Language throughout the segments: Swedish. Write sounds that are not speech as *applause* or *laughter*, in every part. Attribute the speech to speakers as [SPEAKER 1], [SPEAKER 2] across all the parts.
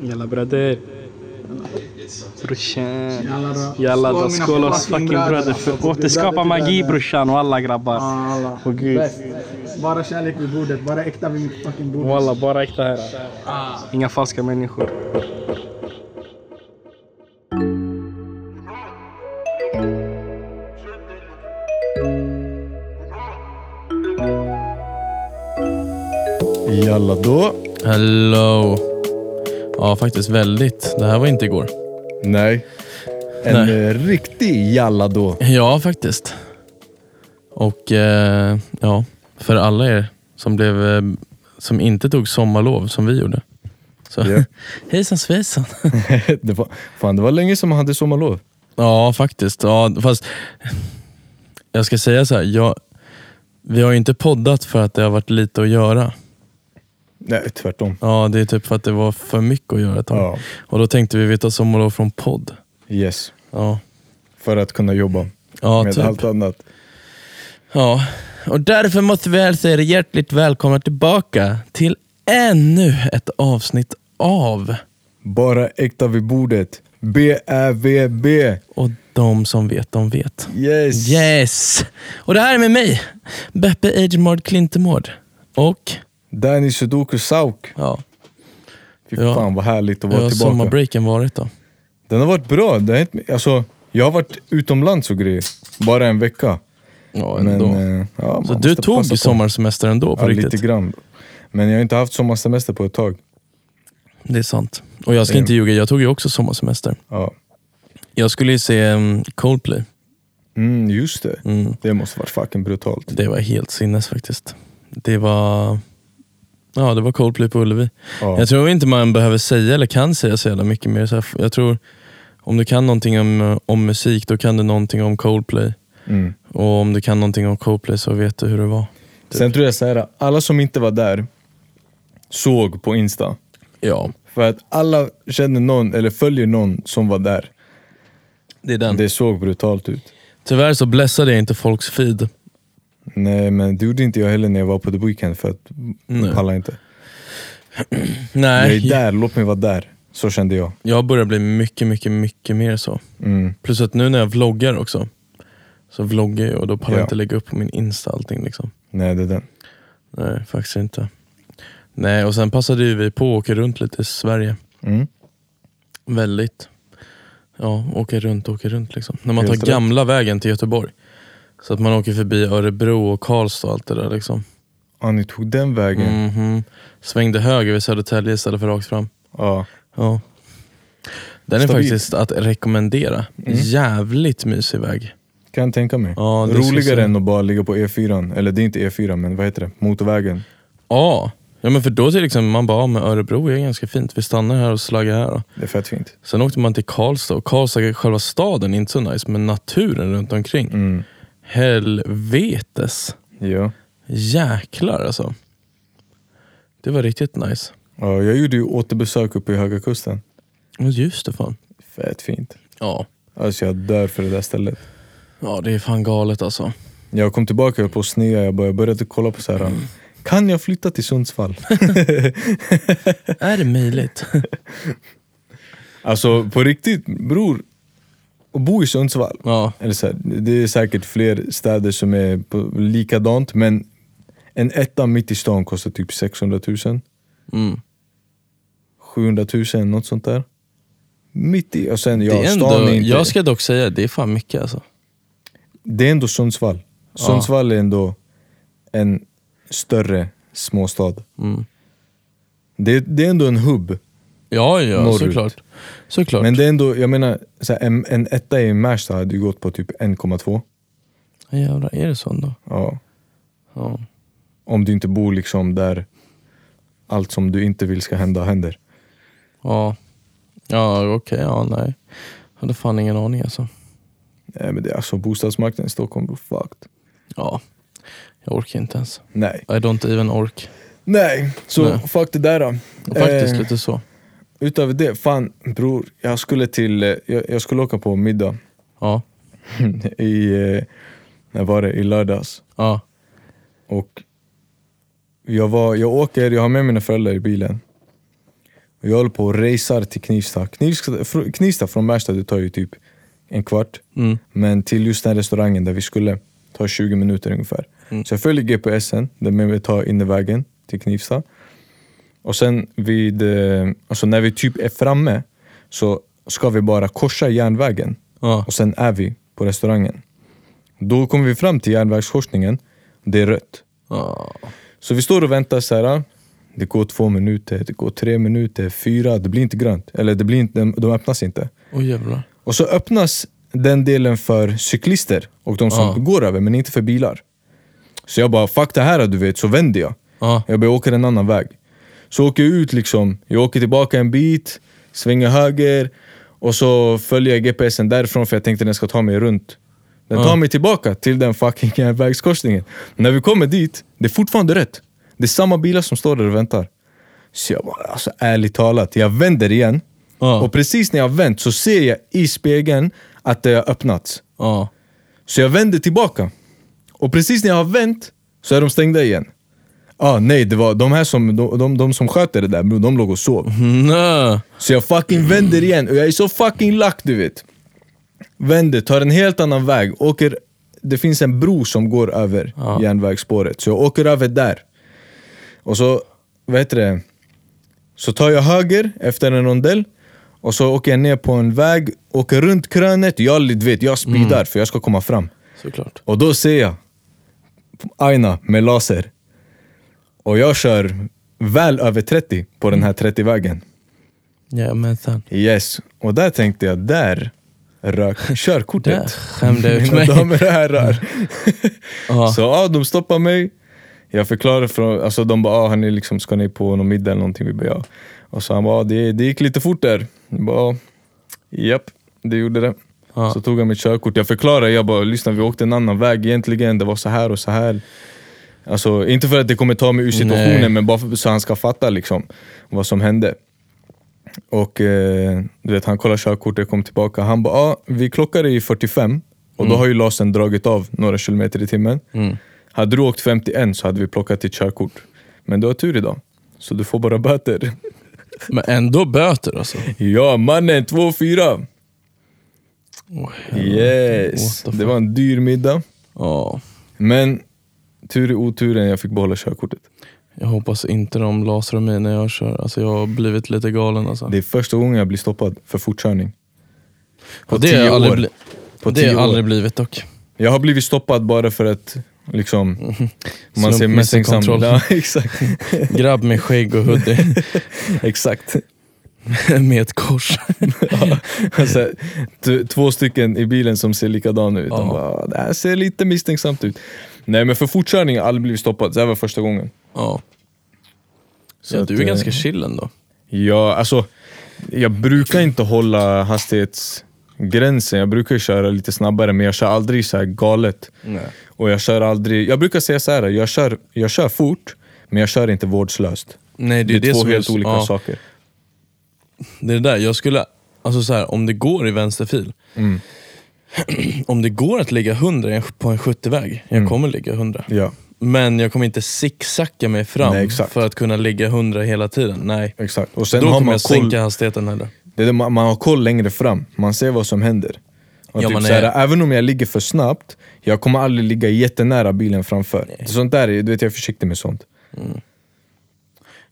[SPEAKER 1] Jalla brother. Brorsan.
[SPEAKER 2] Jalla då.
[SPEAKER 1] Jalla
[SPEAKER 2] Skål,
[SPEAKER 1] då.
[SPEAKER 2] mina
[SPEAKER 1] Skål oss
[SPEAKER 2] fucking
[SPEAKER 1] fucking brother.
[SPEAKER 2] bröder.
[SPEAKER 1] För återskapa magi brorsan och alla grabbar.
[SPEAKER 2] Alla.
[SPEAKER 1] Åh gud.
[SPEAKER 2] Bäst. Bara kärlek vid bordet, bara äkta vid mitt fucking bord.
[SPEAKER 1] Walla, bara äkta här.
[SPEAKER 2] Ah.
[SPEAKER 1] Inga falska människor.
[SPEAKER 3] Jalla då.
[SPEAKER 4] Hello. Ja, faktiskt väldigt. Det här var inte igår.
[SPEAKER 3] Nej. En
[SPEAKER 4] Nej.
[SPEAKER 3] eh, riktig jalla
[SPEAKER 4] *laughs*
[SPEAKER 3] då.
[SPEAKER 4] Ja, faktiskt. Och eh, ja, för alla er som, blev, eh, som inte tog sommarlov som vi gjorde. Så,
[SPEAKER 3] Ja.
[SPEAKER 4] *laughs* hejsan svejsan. *laughs*
[SPEAKER 3] det var, fan, det var länge som man hade sommarlov.
[SPEAKER 4] Ja, faktiskt. Ja, fast jag ska säga så här. Jag, vi har ju inte poddat för att det har varit lite att göra.
[SPEAKER 3] Nej, tvärtom.
[SPEAKER 4] Ja, det är typ för att det var för mycket att göra ett tag.
[SPEAKER 3] Ja.
[SPEAKER 4] Och då tänkte vi, vi tar sommarlov från podd.
[SPEAKER 3] Yes.
[SPEAKER 4] Ja,
[SPEAKER 3] För att kunna jobba
[SPEAKER 4] ja
[SPEAKER 3] med
[SPEAKER 4] typ.
[SPEAKER 3] allt annat.
[SPEAKER 4] Ja, och därför måste vi hälsa er hjärtligt välkomna tillbaka till ännu ett avsnitt av
[SPEAKER 3] Bara äkta vid bordet. B-Ä-V-B.
[SPEAKER 4] Och de som vet, de vet.
[SPEAKER 3] Yes.
[SPEAKER 4] Yes! Och det här är med mig, Beppe Agemard Klintemord. Och
[SPEAKER 3] Danny Sudoku Sauk.
[SPEAKER 4] ja,
[SPEAKER 3] Fy
[SPEAKER 4] Ja.
[SPEAKER 3] fan vad härligt att
[SPEAKER 4] hur
[SPEAKER 3] vara
[SPEAKER 4] har
[SPEAKER 3] tillbaka.
[SPEAKER 4] sommarbreaken varit då?
[SPEAKER 3] Den har varit bra. Den är inte, alltså, jag har varit utomlands och grejer. Bara en vecka.
[SPEAKER 4] Ja,
[SPEAKER 3] Men,
[SPEAKER 4] ändå.
[SPEAKER 3] eh, ja, man
[SPEAKER 4] Så
[SPEAKER 3] måste
[SPEAKER 4] du
[SPEAKER 3] passa på.
[SPEAKER 4] tog sommarsemester ändå på
[SPEAKER 3] ja,
[SPEAKER 4] riktigt?
[SPEAKER 3] lite grann. Men jag har inte haft sommarsemester på ett tag.
[SPEAKER 4] Det är sant. Och jag ska inte ljuga, jag tog ju också sommarsemester.
[SPEAKER 3] Ja.
[SPEAKER 4] Jag skulle ju se mm, Coldplay.
[SPEAKER 3] Mm, just det.
[SPEAKER 4] Mm.
[SPEAKER 3] Det måste varit fucking brutalt.
[SPEAKER 4] Det var helt sinnes faktiskt. Det var Ja, det var Coldplay på Ullevi.
[SPEAKER 3] Ja.
[SPEAKER 4] Jag tror inte man behöver säga eller kan säga så jävla mycket mer. Så här, Jag tror, om du kan någonting om, om musik, då kan du någonting om Coldplay.
[SPEAKER 3] Mm.
[SPEAKER 4] Och om du kan någonting om Coldplay så vet du hur det var.
[SPEAKER 3] Sen tror jag så här, alla som inte var där såg på Insta.
[SPEAKER 4] Ja,
[SPEAKER 3] För att alla känner någon, eller följer någon som var där.
[SPEAKER 4] det är den.
[SPEAKER 3] Det såg brutalt ut.
[SPEAKER 4] Tyvärr så blessade jag inte folks feed.
[SPEAKER 3] Nej men det gjorde inte jag heller när jag var på The Weeknd för att
[SPEAKER 4] Nej.
[SPEAKER 3] pallar inte. Jag är
[SPEAKER 4] Nej,
[SPEAKER 3] där, låt mig vara där. Så kände jag.
[SPEAKER 4] jag börjar bli mycket, mycket, mycket mer så.
[SPEAKER 3] Mm.
[SPEAKER 4] Plus att nu när jag vloggar också, så vloggar jag och då pallar
[SPEAKER 3] Ja.
[SPEAKER 4] jag inte lägga upp på min Insta allting liksom.
[SPEAKER 3] Nej det är den.
[SPEAKER 4] Nej, faktiskt inte. Nej, och sen passade ju vi på att åka runt lite i Sverige.
[SPEAKER 3] Mm.
[SPEAKER 4] Väldigt. Ja, åka runt, åka runt liksom. När man tar
[SPEAKER 3] Helt rätt.
[SPEAKER 4] gamla vägen till Göteborg. Så att man åker förbi Örebro och Karlstad och allt det där liksom.
[SPEAKER 3] Ja Ah, ni tog den vägen.
[SPEAKER 4] Mhm. Svängde höger vid Södertälje istället för rakt fram.
[SPEAKER 3] Ja.
[SPEAKER 4] Ja. Den är
[SPEAKER 3] Stabil.
[SPEAKER 4] faktiskt att rekommendera. Jävligt mysig väg.
[SPEAKER 3] Kan jag tänka mig.
[SPEAKER 4] Ja, det syns
[SPEAKER 3] Roligare
[SPEAKER 4] ju.
[SPEAKER 3] än att bara ligga på E4. Eller det är inte E4 men vad heter det? Motorvägen.
[SPEAKER 4] Ja, ja men för då till exempel man bara, ja, men Örebro är ganska fint. Vi stannar här och slaggar här då.
[SPEAKER 3] Det är fett fint.
[SPEAKER 4] Sen åkte man till Karlstad och Karlstad, själva staden, är inte så nice, men naturen runt omkring.
[SPEAKER 3] Mm.
[SPEAKER 4] Helvetes.
[SPEAKER 3] Ja.
[SPEAKER 4] Jäklar alltså. Det var riktigt nice.
[SPEAKER 3] Ja, jag gjorde ju återbesök uppe i Höga Kusten.
[SPEAKER 4] Och just det fan.
[SPEAKER 3] Fett fint.
[SPEAKER 4] Ja.
[SPEAKER 3] Alltså jag dör för det där stället.
[SPEAKER 4] ja, det är fan
[SPEAKER 3] *laughs*
[SPEAKER 4] galet alltså.
[SPEAKER 3] Jag kom tillbaka, jag höll på att snea, jag, bara, jag började kolla på så här. Kan jag flytta till Sundsvall?
[SPEAKER 4] Är
[SPEAKER 3] *laughs*
[SPEAKER 4] det möjligt?
[SPEAKER 3] alltså på riktigt bror, att bo i Sundsvall.
[SPEAKER 4] ja.
[SPEAKER 3] Eller så här, det är säkert fler städer som är på, likadant men en etta mitt i stan kostar typ 600 000.
[SPEAKER 4] Mm.
[SPEAKER 3] 700 000, något sånt där. Mitt i, och sen ja,
[SPEAKER 4] det är
[SPEAKER 3] stan
[SPEAKER 4] ändå,
[SPEAKER 3] är inte...
[SPEAKER 4] jag ska dock säga, det är fan mycket alltså.
[SPEAKER 3] Det är ändå Sundsvall. Sundsvall är ändå en större småstad.
[SPEAKER 4] Mm.
[SPEAKER 3] Det, det är ändå en hubb.
[SPEAKER 4] Ja, ja,
[SPEAKER 3] Norrut.
[SPEAKER 4] såklart. Såklart.
[SPEAKER 3] Men det är ändå, jag menar, så här, en, en etta i Märsta hade ju gått på typ 1,2.
[SPEAKER 4] Jävlar, är det så ändå?
[SPEAKER 3] Ja.
[SPEAKER 4] Ja.
[SPEAKER 3] Om du inte bor liksom där allt som du inte vill ska hända händer.
[SPEAKER 4] Ja, ja okej, ja nej. Jag hade fan ingen aning alltså.
[SPEAKER 3] Nej men det är alltså bostadsmarknaden i Stockholm, bro, fucked.
[SPEAKER 4] Ja, jag orkar inte ens.
[SPEAKER 3] Nej.
[SPEAKER 4] I don't even ork.
[SPEAKER 3] Nej, så
[SPEAKER 4] Nej.
[SPEAKER 3] fuck det där då.
[SPEAKER 4] Faktiskt
[SPEAKER 3] Eh,
[SPEAKER 4] lite så.
[SPEAKER 3] utöver det, fan bror, jag skulle till, eh, jag, jag skulle åka på middag
[SPEAKER 4] Ja,
[SPEAKER 3] i, eh, när var det, i lördags.
[SPEAKER 4] ja,
[SPEAKER 3] Och jag, var, jag åker, jag har med mina föräldrar i bilen. Och jag höll på och racear till Knivsta. Knivsta, fr- Knivsta från Märsta, det tar ju typ en kvart.
[SPEAKER 4] Mm.
[SPEAKER 3] Men till just den restaurangen där vi skulle ta 20 minuter ungefär.
[SPEAKER 4] Mm.
[SPEAKER 3] Så jag följer GPSen, den med mig tar innervägen till Knivsta. Och sen vid, eh, alltså när vi typ är framme så ska vi bara korsa järnvägen
[SPEAKER 4] Ja.
[SPEAKER 3] och sen är vi på restaurangen. Då kommer vi fram till järnvägskorsningen, det är rött.
[SPEAKER 4] Ja.
[SPEAKER 3] Så vi står och väntar så här. "Ah, Det går två minuter, det går tre minuter, fyra, det blir inte grönt. Eller det blir inte, de- de öppnas inte.
[SPEAKER 4] Åh jävlar.
[SPEAKER 3] Och så öppnas den delen för cyklister och de som
[SPEAKER 4] Ja.
[SPEAKER 3] går över, men inte för bilar. Så jag bara, fuck det här du vet, så vänder jag.
[SPEAKER 4] Ja.
[SPEAKER 3] Jag börjar åka en annan väg. Så åker jag ut liksom, jag åker tillbaka en bit, svänger höger och så följer jag GPSen därifrån för jag tänkte den ska ta mig runt. Den tar
[SPEAKER 4] Ja.
[SPEAKER 3] mig tillbaka till den fucking *laughs* järnvägskorsningen. När vi kommer dit, det är fortfarande rätt. Det är samma bilar som står där och väntar. Så jag bara, alltså ärligt talat, jag vänder igen.
[SPEAKER 4] Ja.
[SPEAKER 3] Och precis när jag vänt så ser jag i spegeln att det har öppnats.
[SPEAKER 4] Ja. *laughs*
[SPEAKER 3] Så jag vänder tillbaka. Och precis när jag har vänt så är de stängda igen. Ah, nej, det var de här som, de, de, de som sköter det där bror, de låg och sov.
[SPEAKER 4] Nö.
[SPEAKER 3] Så jag fucking vänder igen och jag är så fucking lack du vet. Vänder, tar en helt annan väg, åker... Det finns en bro som går över
[SPEAKER 4] Ja.
[SPEAKER 3] järnvägsspåret, så jag åker över där. Och så, vad heter det? Så tar jag höger efter en rondell och så åker jag ner på en väg, åker runt krönet. Jag, du vet, jag speedar för jag ska komma fram.
[SPEAKER 4] Såklart.
[SPEAKER 3] Och då ser jag Aina med laser. Och jag kör väl över 30 på den här 30-vägen.
[SPEAKER 4] Jajamensan.
[SPEAKER 3] Yes, och där tänkte jag, där rök
[SPEAKER 4] Där
[SPEAKER 3] körkortet.
[SPEAKER 4] skämde jag ut
[SPEAKER 3] Mina
[SPEAKER 4] mig.
[SPEAKER 3] damer och herrar.
[SPEAKER 4] *laughs* Ja.
[SPEAKER 3] Så ja, de stoppar mig. Jag förklarar, för, alltså de bara, ah, hörni, liksom, ska ni på någon middag eller någonting? Vi bara, ja. Och så han bara, ah, det, det gick lite fort där. Jag bara, ah, japp, det gjorde det.
[SPEAKER 4] Ja.
[SPEAKER 3] Så tog han mitt körkort. Jag förklarade, jag bara, lyssna vi åkte en annan väg egentligen, det var så här och så här. Alltså, inte för att det kommer ta mig ur situationen,
[SPEAKER 4] Nej.
[SPEAKER 3] men bara för, så han ska fatta liksom, vad som hände. Och eh, du vet, han kollade körkortet, kom tillbaka. Han bara, ah, vi klockade i 45 och då har ju lasern dragit av några kilometer i timmen.
[SPEAKER 4] Mm.
[SPEAKER 3] Hade du åkt 51 så hade vi plockat ditt körkort. Men du har tur idag, så du får bara böter. *laughs*
[SPEAKER 4] Men ändå böter alltså.
[SPEAKER 3] ja mannen, 2-4!
[SPEAKER 4] Åh,
[SPEAKER 3] Yes!
[SPEAKER 4] What the
[SPEAKER 3] Det var en dyr middag.
[SPEAKER 4] Ja.
[SPEAKER 3] Men tur i oturen, jag fick behålla körkortet.
[SPEAKER 4] Jag hoppas inte de lasrar mig när jag kör. Alltså jag har blivit lite galen alltså.
[SPEAKER 3] Det är första gången jag blir stoppad för fortkörning. På
[SPEAKER 4] Och det har
[SPEAKER 3] tio
[SPEAKER 4] jag aldrig
[SPEAKER 3] år.
[SPEAKER 4] bli-
[SPEAKER 3] På
[SPEAKER 4] det har
[SPEAKER 3] tio
[SPEAKER 4] jag
[SPEAKER 3] år.
[SPEAKER 4] aldrig blivit dock.
[SPEAKER 3] Jag har blivit stoppad bara för att
[SPEAKER 4] *laughs*
[SPEAKER 3] liksom, man ser
[SPEAKER 4] Slumpmässig
[SPEAKER 3] misstänksam
[SPEAKER 4] kontroll.
[SPEAKER 3] Ja, *laughs*
[SPEAKER 4] *laughs*
[SPEAKER 3] exakt.
[SPEAKER 4] Grabb med skägg och hoodie
[SPEAKER 3] *laughs* exakt.
[SPEAKER 4] med ett kors.
[SPEAKER 3] *laughs* Alltså, t- två stycken i bilen som ser likadana ut. De
[SPEAKER 4] Ja.
[SPEAKER 3] bara, det här ser lite misstänksamt ut. Nej men för fortkörning har jag aldrig blivit stoppad, det här var första gången.
[SPEAKER 4] Ja. Så
[SPEAKER 3] Så att,
[SPEAKER 4] du är
[SPEAKER 3] eh,
[SPEAKER 4] ganska chill ändå.
[SPEAKER 3] Ja, alltså, jag brukar inte hålla hastighetsgränsen. Jag brukar ju köra lite snabbare, men jag kör aldrig så här galet.
[SPEAKER 4] Nej.
[SPEAKER 3] Och jag kör aldrig... Jag brukar säga så här, jag kör, jag kör fort, men jag kör inte vårdslöst.
[SPEAKER 4] Nej,
[SPEAKER 3] Det är, två
[SPEAKER 4] som
[SPEAKER 3] helt olika
[SPEAKER 4] ja,
[SPEAKER 3] saker.
[SPEAKER 4] Det är det där, jag skulle, alltså så här, om det går i vänsterfil,
[SPEAKER 3] Mm.
[SPEAKER 4] *clears throat* om det går att ligga 100 i en- på en 70-väg, jag
[SPEAKER 3] Mm.
[SPEAKER 4] kommer ligga 100.
[SPEAKER 3] Ja,
[SPEAKER 4] Men jag kommer inte zigzacka mig fram
[SPEAKER 3] Nej, exakt.
[SPEAKER 4] för att kunna ligga 100 hela tiden. Nej.
[SPEAKER 3] exakt. Och sen
[SPEAKER 4] Då
[SPEAKER 3] har
[SPEAKER 4] kommer
[SPEAKER 3] man
[SPEAKER 4] jag
[SPEAKER 3] koll,
[SPEAKER 4] sänka hastigheten heller.
[SPEAKER 3] det är det, man, man har koll längre fram. Man ser vad som händer. Och
[SPEAKER 4] Ja,
[SPEAKER 3] typ
[SPEAKER 4] man
[SPEAKER 3] så
[SPEAKER 4] är-
[SPEAKER 3] här, även om jag ligger för snabbt, jag kommer aldrig ligga jättenära bilen framför. Sånt där, är- du vet jag är försiktig med sånt.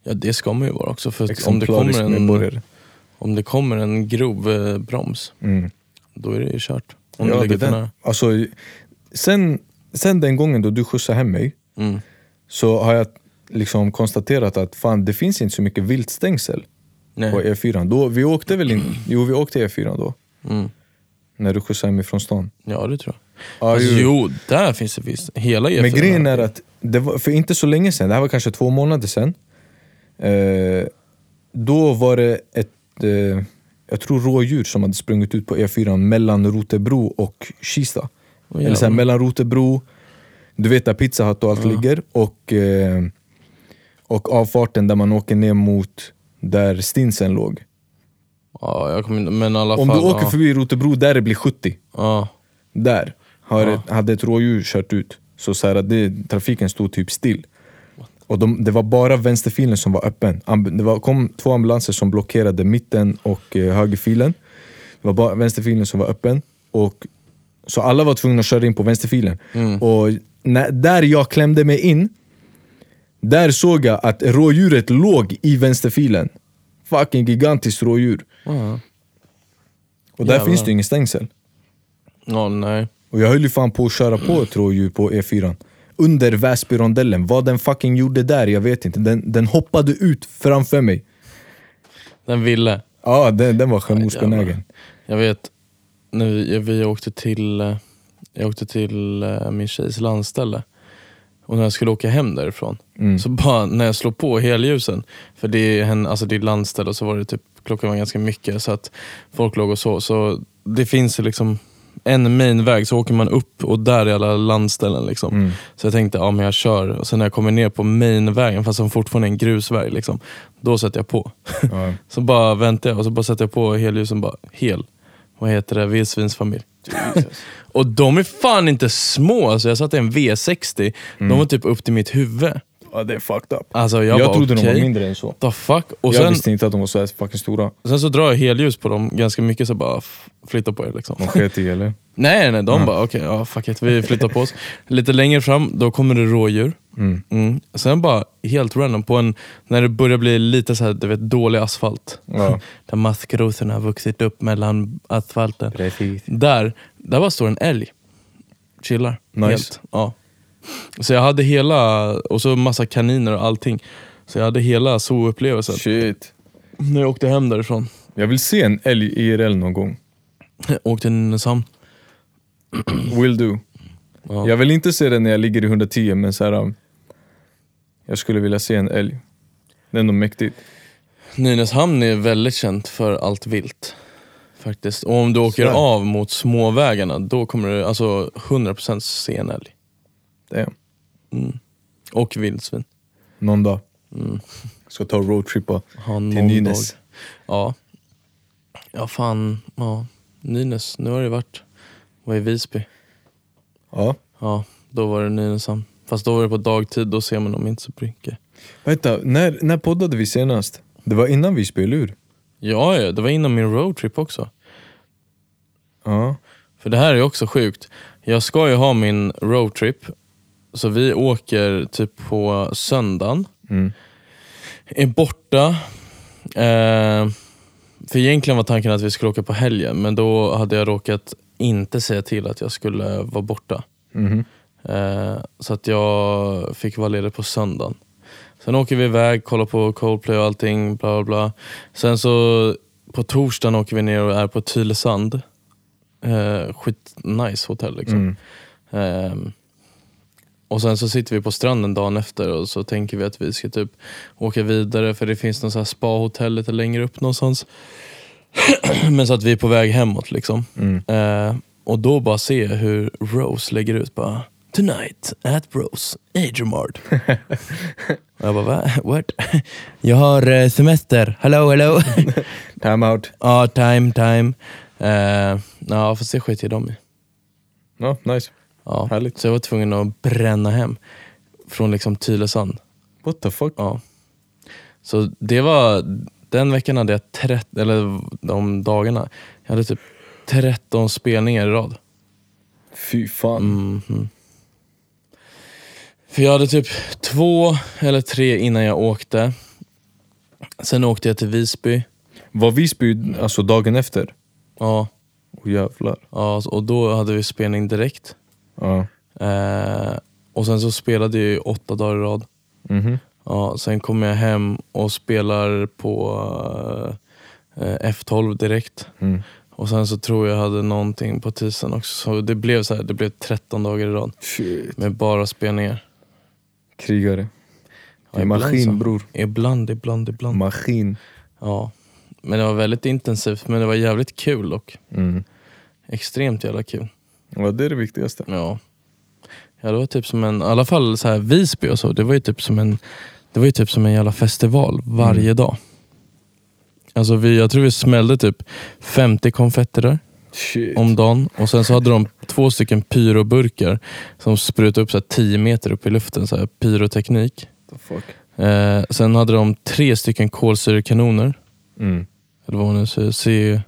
[SPEAKER 4] Ja, det ska man ju vara också. För att om, det
[SPEAKER 3] Exemplarisk
[SPEAKER 4] kommer en,
[SPEAKER 3] medborgare.
[SPEAKER 4] om det kommer en grov eh, broms,
[SPEAKER 3] Mm.
[SPEAKER 4] då är det ju kört. Om
[SPEAKER 3] Ja,
[SPEAKER 4] du ligger
[SPEAKER 3] det
[SPEAKER 4] för
[SPEAKER 3] där.
[SPEAKER 4] nära.
[SPEAKER 3] Alltså, sen, sen den gången då du skjutsade hem mig
[SPEAKER 4] Mm.
[SPEAKER 3] så har jag liksom konstaterat att fan, det finns inte så mycket viltstängsel på e-
[SPEAKER 4] Nej.
[SPEAKER 3] E4. Då, vi åkte väl in, jo, vi åkte E4 då,
[SPEAKER 4] Mm.
[SPEAKER 3] när du skjutsade hem mig från stan.
[SPEAKER 4] Ja, det tror jag.
[SPEAKER 3] Ja,
[SPEAKER 4] alltså,
[SPEAKER 3] ju.
[SPEAKER 4] jo, där finns det visst. Hela E E4.
[SPEAKER 3] Men grejen är att, det var, för inte så länge sedan, det här var kanske två månader sedan, eh, då var det ett, eh, jag tror rådjur som hade sprungit ut på E4 mellan Rotebro och Kista. Eller
[SPEAKER 4] Åh,
[SPEAKER 3] så här,
[SPEAKER 4] jävlar.
[SPEAKER 3] mellan Rotebro, du vet där Pizza Hut och allt ligger, och, eh, och avfarten där man åker ner mot där Stinsen låg.
[SPEAKER 4] Ja, jag kommer inte... Men i alla
[SPEAKER 3] Om
[SPEAKER 4] fall.
[SPEAKER 3] du åker
[SPEAKER 4] ja.
[SPEAKER 3] förbi Rotebro där det blir 70,
[SPEAKER 4] Ja.
[SPEAKER 3] där har
[SPEAKER 4] Ja.
[SPEAKER 3] ett, hade ett rådjur kört ut. Så, så här, det, trafiken stod typ still. Och de, det var bara vänsterfilen som var öppen. Amb- Det var, kom två ambulanser som blockerade mitten och eh, högerfilen. Det var bara vänsterfilen som var öppen. Och, så alla var tvungna att köra in på vänsterfilen.
[SPEAKER 4] Mm.
[SPEAKER 3] Och när, där jag klämde mig in, där såg jag att rådjuret låg i vänsterfilen. Fucking gigantiskt rådjur.
[SPEAKER 4] Ja,
[SPEAKER 3] Och där
[SPEAKER 4] Jävlar.
[SPEAKER 3] finns det ju ingen stängsel.
[SPEAKER 4] Ja, nej.
[SPEAKER 3] Och jag höll ju fan på att köra på ett rådjur på E4 Under Väsbyrondellen, vad den fucking gjorde där, jag vet inte Den, den hoppade ut framför mig
[SPEAKER 4] Den ville.
[SPEAKER 3] Ja, den, den var självmordsbenägen
[SPEAKER 4] Jag vet, när vi, vi åkte till, eh, jag åkte till eh, min tjejs landställe och när jag skulle åka hem därifrån, så bara när jag slår på helljusen, för det är, en, alltså det är landställe och så var det typ, klockan var ganska mycket så att folk låg och så. Så det finns ju liksom en mainväg, så åker man upp och där är alla landställen. Liksom. Så jag tänkte, ja men jag kör. Och sen när jag kommer ner på mainvägen, fast som fortfarande är en grusväg, liksom, då sätter jag på.
[SPEAKER 3] ja.
[SPEAKER 4] Så bara väntade jag och så bara satte jag på helljusen bara, hel. Vad heter det? Vildsvinsfamilj. *laughs* och de är fan inte små alltså. Jag satt i en V60, de var typ upp till mitt huvud.
[SPEAKER 3] ja, det är fucked up
[SPEAKER 4] Alltså jag,
[SPEAKER 3] Mm. Jag,
[SPEAKER 4] bara,
[SPEAKER 3] trodde de
[SPEAKER 4] okej,
[SPEAKER 3] var mindre än så
[SPEAKER 4] The fuck?
[SPEAKER 3] Jag
[SPEAKER 4] Och sen,
[SPEAKER 3] visste inte att de var så här fucking
[SPEAKER 4] *laughs*
[SPEAKER 3] stora
[SPEAKER 4] sen så drar jag helljus på dem ganska mycket, så bara f- flytta på er liksom.
[SPEAKER 3] De sket i eller?
[SPEAKER 4] Nej, nej, de bara okej, ja fuck it, vi flyttar på oss. Lite längre fram, då kommer det rådjur.
[SPEAKER 3] Mm.
[SPEAKER 4] Mm. Sen bara helt random, på en, när det börjar bli lite så här, du vet, dålig asfalt.
[SPEAKER 3] Ja.
[SPEAKER 4] *laughs* Där maskrosorna har vuxit upp mellan asfalten. Där, där bara står en älg. Chillar.
[SPEAKER 3] Nice.
[SPEAKER 4] Helt. Ja. Så jag hade hela, och så massa kaniner och allting. Så jag hade hela zoo-upplevelsen
[SPEAKER 3] Shit
[SPEAKER 4] när jag åkte hem därifrån.
[SPEAKER 3] Jag vill se en älg IRL någon gång
[SPEAKER 4] Jag åkte till Nynäshamn.
[SPEAKER 3] Will do
[SPEAKER 4] Ja.
[SPEAKER 3] Jag vill inte se den när jag ligger i 110 men så här, um, Jag skulle vilja se en älg Det är ändå mäktigt
[SPEAKER 4] Nynäshamn är väldigt känt för allt vilt. Faktiskt. Och om du
[SPEAKER 3] Så
[SPEAKER 4] åker
[SPEAKER 3] är det.
[SPEAKER 4] av mot småvägarna, då kommer du alltså 100% se en älg.
[SPEAKER 3] Damn.
[SPEAKER 4] Och vildsvin.
[SPEAKER 3] Någon dag Ska ta roadtrippa
[SPEAKER 4] Mm. Ha någon
[SPEAKER 3] till Nynäs
[SPEAKER 4] dag. Ja. Ja, fan. Ja. Nynäs. Nu har det varit... Var i Visby.
[SPEAKER 3] Ja.
[SPEAKER 4] Ja, då var det Nynäshamn. Fast då var det på dagtid, då ser man dem inte så mycket.
[SPEAKER 3] Vänta, när, när poddade vi senast? Det var innan Visby, eller hur?
[SPEAKER 4] Ja, ja, det var innan min roadtrip också.
[SPEAKER 3] Ja.
[SPEAKER 4] För det här är också sjukt. Jag ska ju ha min roadtrip, så vi åker typ på söndagen.
[SPEAKER 3] Mm.
[SPEAKER 4] Är borta. Eh, för egentligen var tanken att vi skulle åka på helgen, men då hade jag råkat inte säga till att jag skulle vara borta.
[SPEAKER 3] Mhm.
[SPEAKER 4] Eh, så att jag fick vara ledig på söndagen. Sen åker vi iväg, kollar på Coldplay och allting, bla bla bla. Sen så på torsdagen åker vi ner och är på Tylösand. Eh, skit nice hotell liksom.
[SPEAKER 3] Mm.
[SPEAKER 4] Ehm, och sen så sitter vi på stranden dagen efter och så tänker vi att vi ska typ åka vidare för det finns någon så här spa-hotell lite längre upp någonstans. Men så att vi är på väg hemåt liksom.
[SPEAKER 3] Mm.
[SPEAKER 4] Ehm, och då bara se hur Rose lägger ut bara Tonight at Rose,
[SPEAKER 3] *laughs*
[SPEAKER 4] Agermard. och jag bara va? What? jag har eh, semester,
[SPEAKER 3] *laughs*
[SPEAKER 4] hello hello.
[SPEAKER 3] Time out.
[SPEAKER 4] Ja, time time. Ehm, ja fast det skiter ju de i.
[SPEAKER 3] Ja, nice.
[SPEAKER 4] Ja.
[SPEAKER 3] Härligt.
[SPEAKER 4] Så jag var tvungen att bränna hem från liksom Tylösand.
[SPEAKER 3] What the fuck?
[SPEAKER 4] Ja. Så det var, den veckan hade jag 13, eller de dagarna, jag hade typ 13 spelningar i rad.
[SPEAKER 3] Fy fan.
[SPEAKER 4] Mhm. För jag hade typ två eller tre innan jag åkte. Sen åkte jag till Visby.
[SPEAKER 3] Var Visby alltså dagen efter?
[SPEAKER 4] Ja,
[SPEAKER 3] Åh jävlar.
[SPEAKER 4] ja, och då hade vi spelning direkt.
[SPEAKER 3] Ja.
[SPEAKER 4] Eh, och sen så spelade jag ju åtta dagar i rad.
[SPEAKER 3] Mhm.
[SPEAKER 4] Ja, sen kommer jag hem och spelar på eh, F12 direkt.
[SPEAKER 3] Mm.
[SPEAKER 4] Och sen så tror jag jag hade någonting på tisdagen också. Så det blev så här, det blev 13 dagar i rad
[SPEAKER 3] Shit.
[SPEAKER 4] med bara spelningar.
[SPEAKER 3] Krigare. Det är
[SPEAKER 4] ibland så.
[SPEAKER 3] maskin bror.
[SPEAKER 4] Ibland, ibland, ibland.
[SPEAKER 3] Maskin.
[SPEAKER 4] Ja. Men det var väldigt intensivt, men det var jävligt kul och
[SPEAKER 3] Mm.
[SPEAKER 4] extremt jävla kul.
[SPEAKER 3] Ja, det är det viktigaste.
[SPEAKER 4] Ja. ja, det var typ som en, i alla fall så här Visby och så, det var ju typ som en, det var ju typ som en jävla festival varje dag. Alltså vi, jag tror vi smällde typ 50 konfetti där
[SPEAKER 3] Shit.
[SPEAKER 4] om dagen och sen så hade de två stycken pyroburkar som sprutade upp så här 10 meter upp i luften, så här pyroteknik.
[SPEAKER 3] The fuck?
[SPEAKER 4] Eh, sen hade de tre stycken kolsyrekanoner,
[SPEAKER 3] Mm.
[SPEAKER 4] eller vad man nu säger, C,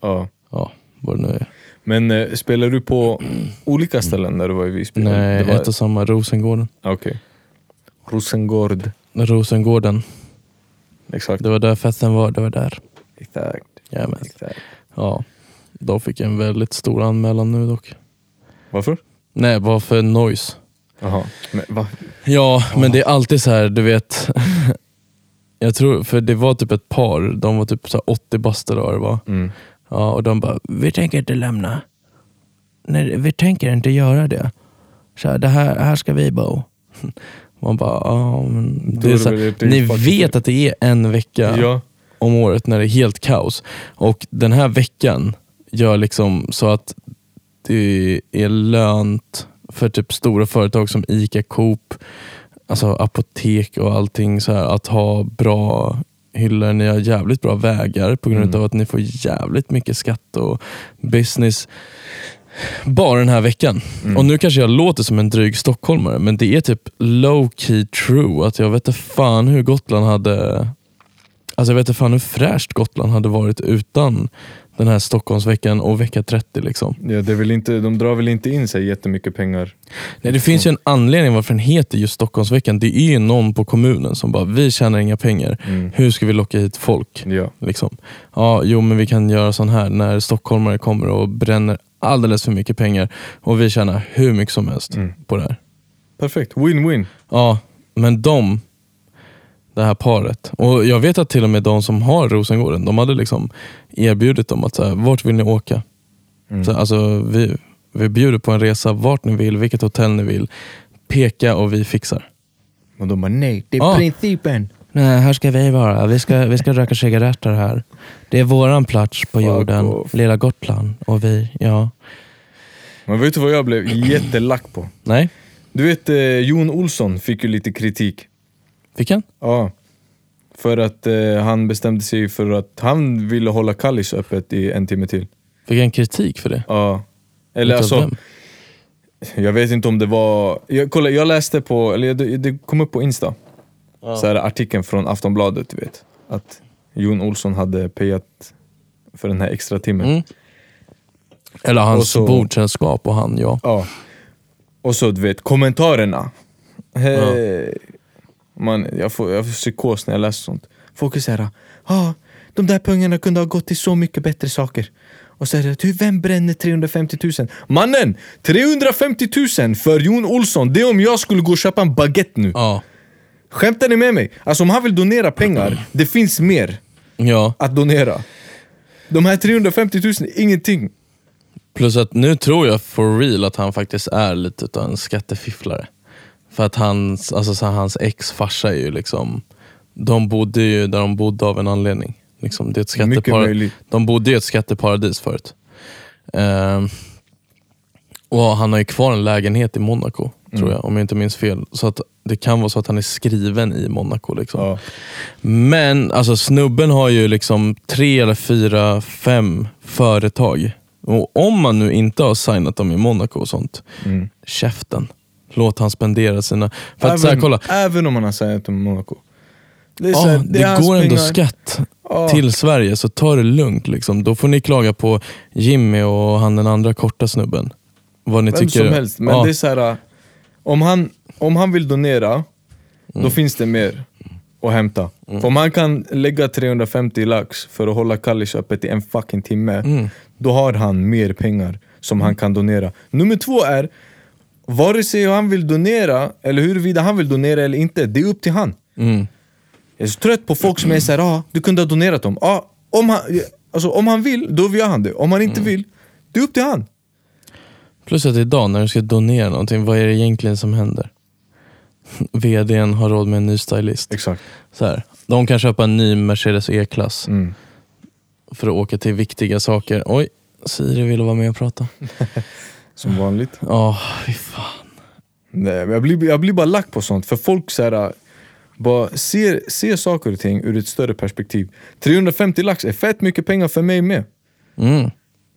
[SPEAKER 3] Ja.
[SPEAKER 4] ja vad det nu är.
[SPEAKER 3] Men eh, spelar du på olika ställen där du var i Visby?
[SPEAKER 4] Nej,
[SPEAKER 3] Det var-
[SPEAKER 4] ett och samma, Rosengården.
[SPEAKER 3] Okej. Rosengård.
[SPEAKER 4] Rosengården,
[SPEAKER 3] Exakt.
[SPEAKER 4] det var där festen var, det var där.
[SPEAKER 3] Exakt.
[SPEAKER 4] Jajamän.
[SPEAKER 3] Exakt.
[SPEAKER 4] Ja, de fick en väldigt stor anmälan nu dock.
[SPEAKER 3] Varför?
[SPEAKER 4] Nej, vad för noise?
[SPEAKER 3] Jaha. Men, va?
[SPEAKER 4] Ja, men det är alltid så här, du vet. *laughs* Jag tror, för det var typ ett par, de var typ så här 80 bast eller vad det var.
[SPEAKER 3] Mm.
[SPEAKER 4] Ja, och de bara, vi tänker inte lämna. Nej, vi tänker inte göra det. Så här, det här, här ska vi bo. *laughs* Man bara, ja men
[SPEAKER 3] Då
[SPEAKER 4] det
[SPEAKER 3] är
[SPEAKER 4] är
[SPEAKER 3] det
[SPEAKER 4] så
[SPEAKER 3] väl
[SPEAKER 4] här,
[SPEAKER 3] ett
[SPEAKER 4] Ni
[SPEAKER 3] faktiskt-
[SPEAKER 4] vet att det är en vecka
[SPEAKER 3] Ja.
[SPEAKER 4] om året när det är helt kaos. Och den här veckan gör liksom så att det är lönt för typ stora företag som ICA, Coop, alltså apotek och allting så här, att ha bra hyllor. Ni har jävligt bra vägar på grund av att ni får jävligt mycket skatt och business bara den här veckan. Och nu kanske jag låter som en dryg stockholmare, men det är typ low key true att jag vet inte fan hur Gotland hade Alltså jag vet inte fan hur fräscht Gotland hade varit utan den här Stockholmsveckan och vecka 30. Liksom.
[SPEAKER 3] ja det är väl inte, de drar väl inte in sig jättemycket pengar?
[SPEAKER 4] Nej, det finns ju en
[SPEAKER 3] Mm.
[SPEAKER 4] anledning varför den heter just Stockholmsveckan. Det är ju någon på kommunen som bara, vi tjänar inga pengar.
[SPEAKER 3] Mm.
[SPEAKER 4] Hur ska vi locka hit folk?
[SPEAKER 3] Ja.
[SPEAKER 4] Liksom. Ja, jo men vi kan göra sån här när stockholmare kommer och bränner alldeles för mycket pengar och vi tjänar hur mycket som helst
[SPEAKER 3] Mm.
[SPEAKER 4] på det här.
[SPEAKER 3] Perfekt. Win-win.
[SPEAKER 4] Ja, men de, det här paret. Och jag vet att till och med de som har Rosengården, de hade liksom erbjudit dem att så här, vart vill ni åka?
[SPEAKER 3] Mm.
[SPEAKER 4] Så, alltså, vi, vi bjuder på en resa vart ni vill, vilket hotell ni vill. Peka och vi fixar.
[SPEAKER 3] Och de bara nej, det är
[SPEAKER 4] Ah.
[SPEAKER 3] principen.
[SPEAKER 4] Nej, här ska vi vara. Vi ska, vi *laughs* ska röka cigaretter här. Det är våran plats på
[SPEAKER 3] Fuck jorden, off.
[SPEAKER 4] lilla Gotland. Och vi, ja.
[SPEAKER 3] Men vet du vad jag *clears throat* blev jättelack på?
[SPEAKER 4] Nej,
[SPEAKER 3] Du vet eh, Jon Olsson fick ju lite kritik.
[SPEAKER 4] fick han?
[SPEAKER 3] Ja. För att eh, han bestämde sig för att han ville hålla Kallis öppet i en timme till.
[SPEAKER 4] Fick han kritik för det?
[SPEAKER 3] Ja. Eller
[SPEAKER 4] Utav
[SPEAKER 3] alltså,
[SPEAKER 4] vem?
[SPEAKER 3] jag vet inte om det var... Jag, kolla, jag läste på, eller det, det kom upp på Insta, så här, artikeln från Aftonbladet, du vet. Att Jon Olsson hade pejat för den här extra timmen.
[SPEAKER 4] Mm. Eller
[SPEAKER 3] Och
[SPEAKER 4] hans
[SPEAKER 3] så-
[SPEAKER 4] bordkännskap och han, ja.
[SPEAKER 3] Ja. Och så du vet, kommentarerna. He- Man, jag, får, jag får psykos när jag läser sånt. Folk är såhär, ah, de där pengarna kunde ha gått till så mycket bättre saker. Och så är det, "Du, vem bränner 350 000? Mannen! 350 000 för Jon Olsson, det är om jag skulle gå och köpa en baguette nu.
[SPEAKER 4] Ja.
[SPEAKER 3] Skämtar ni med mig? Alltså om han vill donera pengar, det finns mer
[SPEAKER 4] ja.
[SPEAKER 3] att donera. De här 350 000 är ingenting.
[SPEAKER 4] Plus att nu tror jag for real att han faktiskt är lite utav en skattefifflare. För att hans, alltså så här, hans ex farsa är ju liksom, de bodde ju där de bodde av en anledning. Liksom, det är ett
[SPEAKER 3] Mycket
[SPEAKER 4] skattepar-
[SPEAKER 3] möjligt.
[SPEAKER 4] de bodde ju i ett skatteparadis förut. Ehm, och han har ju kvar en lägenhet i Monaco,
[SPEAKER 3] Mm.
[SPEAKER 4] tror jag, om jag inte minns fel. Så att det kan vara så att han är skriven i Monaco. Liksom.
[SPEAKER 3] Ja.
[SPEAKER 4] Men alltså snubben har ju liksom tre eller fyra, fem företag. Och om man nu inte har signat dem i Monaco och sånt,
[SPEAKER 3] Mm.
[SPEAKER 4] käften. Låt han spendera sina... För att så här, kolla,
[SPEAKER 3] även om man har sagt om Monaco. Det, är så
[SPEAKER 4] ja,
[SPEAKER 3] här,
[SPEAKER 4] det,
[SPEAKER 3] är hans
[SPEAKER 4] går ändå
[SPEAKER 3] pengar.
[SPEAKER 4] skatt
[SPEAKER 3] Ja.
[SPEAKER 4] till Sverige, så ta det lugnt. Liksom. Då får ni klaga på Jimmy och han den andra korta snubben. Vad ni
[SPEAKER 3] Vem
[SPEAKER 4] tycker.
[SPEAKER 3] som helst. Men
[SPEAKER 4] ja,
[SPEAKER 3] det är så här, äh, om, han, om han vill donera,
[SPEAKER 4] Mm.
[SPEAKER 3] då finns det mer att hämta. För om han kan lägga 350 lax för att hålla Kallis öppet i en fucking timme,
[SPEAKER 4] Mm.
[SPEAKER 3] då har han mer pengar som han kan donera. Nummer två är, vare sig han vill donera, eller huruvida han vill donera eller inte, det är upp till han.
[SPEAKER 4] mm,
[SPEAKER 3] Jag är så trött på folk som är såhär, ah, du kunde ha donerat dem. Ah, om, han, alltså, om han vill, då gör han det. Om han
[SPEAKER 4] Mm.
[SPEAKER 3] inte vill, det är upp till han.
[SPEAKER 4] Plus att idag när du ska donera någonting, vad är det egentligen som händer? *laughs* VDn har råd med en ny stylist.
[SPEAKER 3] Exakt.
[SPEAKER 4] Så här, de kan köpa en ny Mercedes E-klass
[SPEAKER 3] Mm.
[SPEAKER 4] för att åka till viktiga saker. Oj, Siri ville vara med och prata.
[SPEAKER 3] *laughs* Som vanligt.
[SPEAKER 4] Ja, fy fan.
[SPEAKER 3] Nej, men jag, blir, jag blir bara lack på sånt, för folk så här, bara ser, ser saker och ting ur ett större perspektiv. 350 lax är fett mycket pengar för mig med.
[SPEAKER 4] Mm.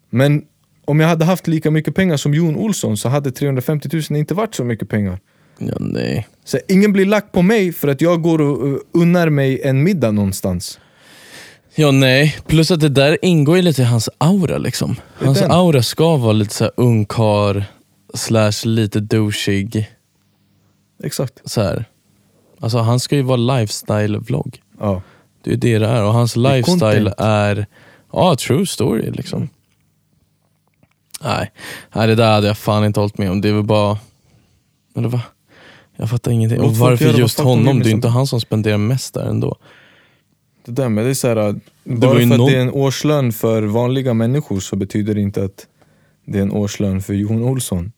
[SPEAKER 3] Men om jag hade haft lika mycket pengar som Jon Olsson så hade 350 000 inte varit så mycket pengar.
[SPEAKER 4] Ja, nej.
[SPEAKER 3] Så här, ingen blir lack på mig för att jag går och eh, unnar mig en middag någonstans.
[SPEAKER 4] Ja, nej. Plus att det där ingår ju lite i hans aura. liksom.
[SPEAKER 3] är
[SPEAKER 4] Hans
[SPEAKER 3] den.
[SPEAKER 4] aura ska vara lite så här ungkar slash lite douchig.
[SPEAKER 3] Exakt.
[SPEAKER 4] Så här. Alltså han ska ju vara lifestyle-vlogg.
[SPEAKER 3] Ja.
[SPEAKER 4] Det är det det är. Och hans
[SPEAKER 3] är
[SPEAKER 4] lifestyle
[SPEAKER 3] content.
[SPEAKER 4] är, ja, true story liksom. Nej. Nej, det där hade jag fan inte hållit med om. Det var bara, eller va? Jag fattar ingenting.
[SPEAKER 3] Låt
[SPEAKER 4] och
[SPEAKER 3] folk
[SPEAKER 4] varför
[SPEAKER 3] göra vad
[SPEAKER 4] just
[SPEAKER 3] fan de vill,
[SPEAKER 4] honom? Det är ju
[SPEAKER 3] liksom.
[SPEAKER 4] inte han som spenderar mest där ändå.
[SPEAKER 3] Det där med det är så här, att
[SPEAKER 4] var
[SPEAKER 3] bara
[SPEAKER 4] ju
[SPEAKER 3] för att
[SPEAKER 4] någon-
[SPEAKER 3] det är en årslön för vanliga människor så betyder det inte att det är en årslön för Johan Olsson.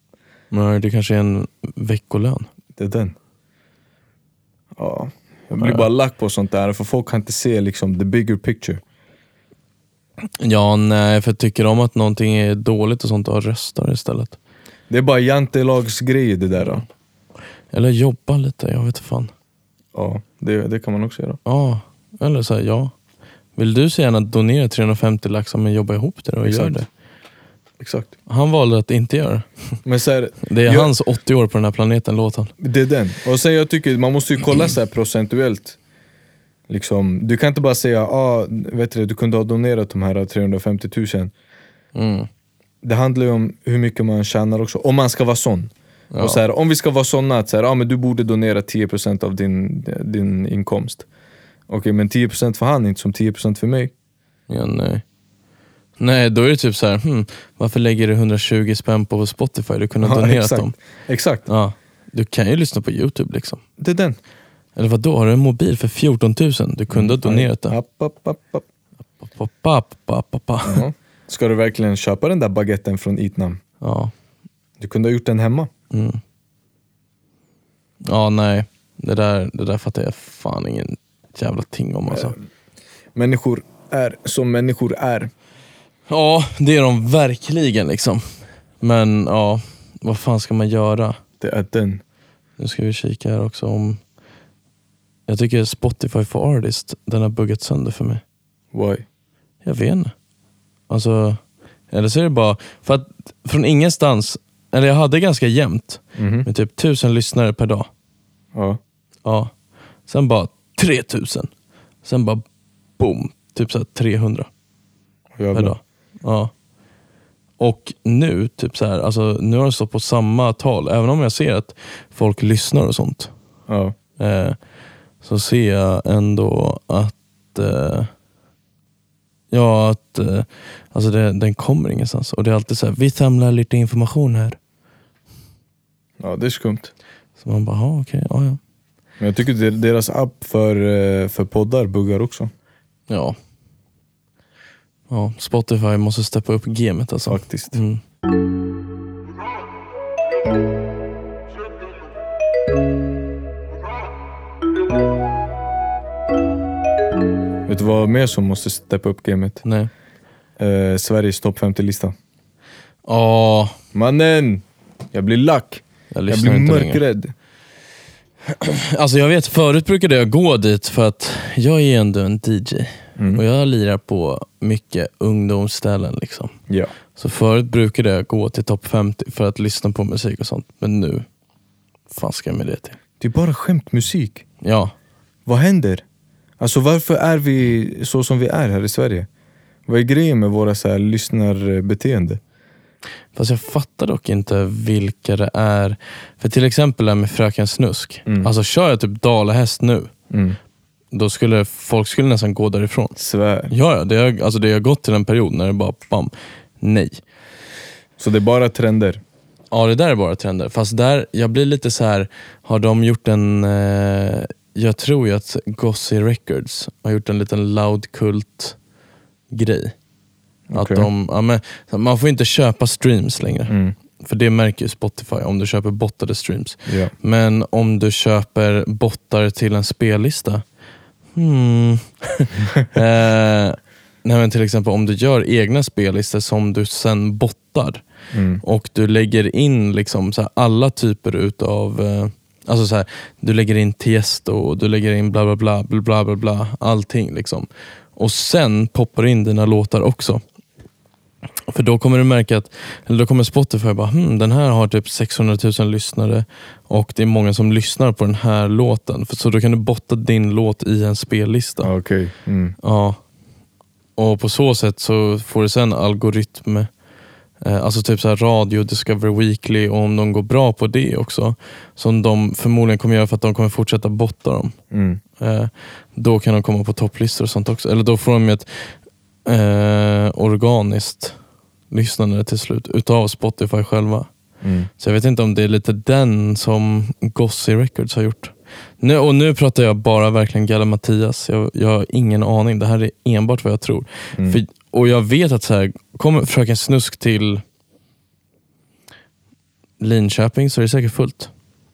[SPEAKER 4] Men det kanske är en veckolön.
[SPEAKER 3] Det är den. Ja, jag blir bara lack på sånt där för folk kan inte se liksom the bigger picture.
[SPEAKER 4] Ja, nej, för tycker de att någonting är dåligt och sånt, då röstar istället.
[SPEAKER 3] Det är bara jantelagsgrejer det där. Då.
[SPEAKER 4] Eller jobba lite, jag vet fan.
[SPEAKER 3] Ja, det, det kan man också göra.
[SPEAKER 4] Ja, eller så här, ja. Vill du så gärna donera 350 lax, men jobba ihop det då och gör
[SPEAKER 3] Exakt.
[SPEAKER 4] det.
[SPEAKER 3] Exakt.
[SPEAKER 4] Han valde att inte göra det.
[SPEAKER 3] Men så här,
[SPEAKER 4] Det är
[SPEAKER 3] jag-
[SPEAKER 4] hans 80 år på den här planeten, låt han.
[SPEAKER 3] Det är den. Och sen jag tycker man måste ju kolla så här procentuellt. Liksom, du kan inte bara säga ah, vet du, du kunde ha donerat de här 350 000.
[SPEAKER 4] Mm.
[SPEAKER 3] Det handlar ju om hur mycket man tjänar också, om man ska vara sån. Och så här, om vi ska vara såna att så här, ah, men du borde donera 10% av din, din inkomst. Okej, men 10% för han är inte som 10% för mig.
[SPEAKER 4] Ja, nej. eh, nej, då är det typ så här, hmm, varför lägger du 120 spänn på Spotify? Du kunde ha donerat
[SPEAKER 3] exakt.
[SPEAKER 4] dem.
[SPEAKER 3] Exakt,
[SPEAKER 4] Ja, du kan ju lyssna på YouTube liksom.
[SPEAKER 3] det är den.
[SPEAKER 4] Eller vad då har du en mobil för 14 000? Du kunde
[SPEAKER 3] Mm.
[SPEAKER 4] ha donerat den.
[SPEAKER 3] App, app, app, app.
[SPEAKER 4] Pa, pa, pa, pa, pa.
[SPEAKER 3] Ja. Ska du verkligen köpa den där baguetten från Itnam?
[SPEAKER 4] Ja.
[SPEAKER 3] Du kunde ha gjort den hemma.
[SPEAKER 4] Mm. ja, nej. Det där, det där fattar jag fan ingen jävla ting om alltså.
[SPEAKER 3] Människor är som människor är.
[SPEAKER 4] Ja, det är de verkligen liksom. Men ja, vad fan ska man göra?
[SPEAKER 3] Det är den.
[SPEAKER 4] Nu ska vi kika här också om... Jag tycker Spotify for Artist, den har buggat sönder för mig.
[SPEAKER 3] Why?
[SPEAKER 4] Jag vet inte. Alltså, eller så är det bara... För att från ingenstans, eller jag hade ganska jämnt
[SPEAKER 3] Mhm.
[SPEAKER 4] med typ tusen lyssnare per dag.
[SPEAKER 3] Ja.
[SPEAKER 4] Ja. Sen bara 3000. Sen bara boom, typ så här 300
[SPEAKER 3] Jävlar.
[SPEAKER 4] per dag. Ja. Och nu, typ så här, alltså, nu har det stått på samma tal. Även om jag ser att folk lyssnar och sånt.
[SPEAKER 3] Ja.
[SPEAKER 4] Eh, så ser jag ändå att eh, ja, att eh, alltså det, den kommer ingenstans. Och det är alltid så här, vi samlar lite information här.
[SPEAKER 3] ja, det är skumt.
[SPEAKER 4] Så man bara, "Ja, okej, ja, ja.
[SPEAKER 3] Men jag tycker de- deras app för, eh, för poddar buggar också.
[SPEAKER 4] Ja. Ja, Spotify måste steppa upp gamet alltså.
[SPEAKER 3] Faktiskt.
[SPEAKER 4] Mm.
[SPEAKER 3] Vet du vad mer som måste steppa upp gamet?
[SPEAKER 4] Nej.
[SPEAKER 3] Eh, Sveriges topp 50-lista.
[SPEAKER 4] Ja,
[SPEAKER 3] Mannen! Jag blir lack.
[SPEAKER 4] jag
[SPEAKER 3] Jag
[SPEAKER 4] lyssnar
[SPEAKER 3] blir
[SPEAKER 4] inte längre.
[SPEAKER 3] mörkrädd.
[SPEAKER 4] Alltså jag vet, förut brukade jag gå dit för att jag är ändå en DJ. Och jag lirar på mycket ungdomsställen liksom.
[SPEAKER 3] Ja.
[SPEAKER 4] Så förut brukade jag gå till topp 50 för att lyssna på musik och sånt. Men nu, fan ska jag med det till?
[SPEAKER 3] Det är bara skämtmusik.
[SPEAKER 4] Ja,
[SPEAKER 3] Vad händer? Alltså varför är vi så som vi är här i Sverige? Vad är grejen med våra så här, lyssnarbeteende?
[SPEAKER 4] fast jag fattar dock inte vilka det är. För till exempel det här med Fröken Snusk.
[SPEAKER 3] Mm.
[SPEAKER 4] Alltså kör jag typ dalahäst nu,
[SPEAKER 3] Mm.
[SPEAKER 4] då skulle folk skulle nästan gå därifrån.
[SPEAKER 3] Svär.
[SPEAKER 4] Ja, ja, det har, alltså det har gått till en period när det bara bam, nej.
[SPEAKER 3] Så det är bara trender.
[SPEAKER 4] Ja, det där är bara trender. Fast där, jag blir lite så här, har de gjort en, eh, jag tror ju att Gossi Records har gjort en liten loud kult grej.
[SPEAKER 3] Okej.
[SPEAKER 4] Att de, ja, men, man får inte köpa streams längre.
[SPEAKER 3] Mm.
[SPEAKER 4] För det märker ju Spotify om du köper bottade streams.
[SPEAKER 3] Ja.
[SPEAKER 4] Men om du köper bottar till en spellista, hmm. eh, nej men till exempel om du gör egna spellistor som du sen bottar
[SPEAKER 3] Mm.
[SPEAKER 4] och du lägger in liksom så här alla typer utav eh, Alltså så här, du lägger in Tiesto, och du lägger in bla bla bla, bla bla bla, bla allting. Liksom. Och sen poppar du in dina låtar också. För då kommer du märka att, eller då kommer Spotify bara, hmm, den här har typ 600 000 lyssnare och det är många som lyssnar på den här låten. För, så då kan du botta din låt i en spellista.
[SPEAKER 3] Ah, Okej. Mm.
[SPEAKER 4] Ja. Och på så sätt så får du sen algoritm, eh, alltså typ så här radio, Discover Weekly och om de går bra på det också, som de förmodligen kommer göra för att de kommer fortsätta botta dem.
[SPEAKER 3] Mm.
[SPEAKER 4] Eh, då kan de komma på topplistor och sånt också. Eller då får de ju ett eh, organiskt lyssnande till slut utav Spotify själva.
[SPEAKER 3] Mm.
[SPEAKER 4] Så jag vet inte om det är lite den som Gossi Records har gjort. Nu, och nu pratar jag bara verkligen Galle Mattias. Jag, jag har ingen aning. Det här är enbart vad jag tror.
[SPEAKER 3] Mm.
[SPEAKER 4] För, och jag vet att så här, kommer Fröken Snusk till Linköping så är det säkert fullt.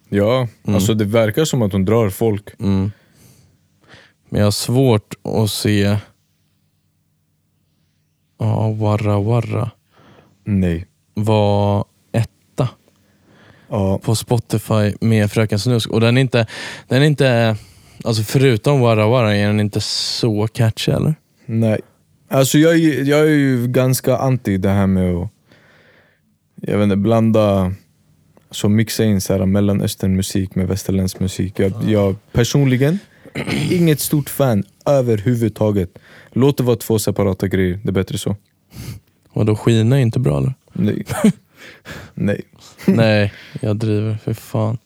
[SPEAKER 3] Ja, alltså det verkar som att hon drar folk.
[SPEAKER 4] Mm. Men jag har svårt att se ja, Warra Warra
[SPEAKER 3] Nej.
[SPEAKER 4] var etta
[SPEAKER 3] Ja.
[SPEAKER 4] på Spotify med Fröken Snusk. Och den är inte, den är inte alltså förutom Warra Warra är den inte så catchy eller?
[SPEAKER 3] Nej. Alltså jag, är- jag är ju ganska anti det här med att jag vet inte, blanda, så mixa in så här mellanösternmusik med västerländsk musik. Jag, jag personligen, inget stort fan överhuvudtaget. Låt det vara två separata grejer, det är bättre så.
[SPEAKER 4] Och då skina är inte
[SPEAKER 3] *laughs*
[SPEAKER 4] bra eller? *laughs*
[SPEAKER 3] Nej. nej.
[SPEAKER 4] Nej, jag driver. För fan.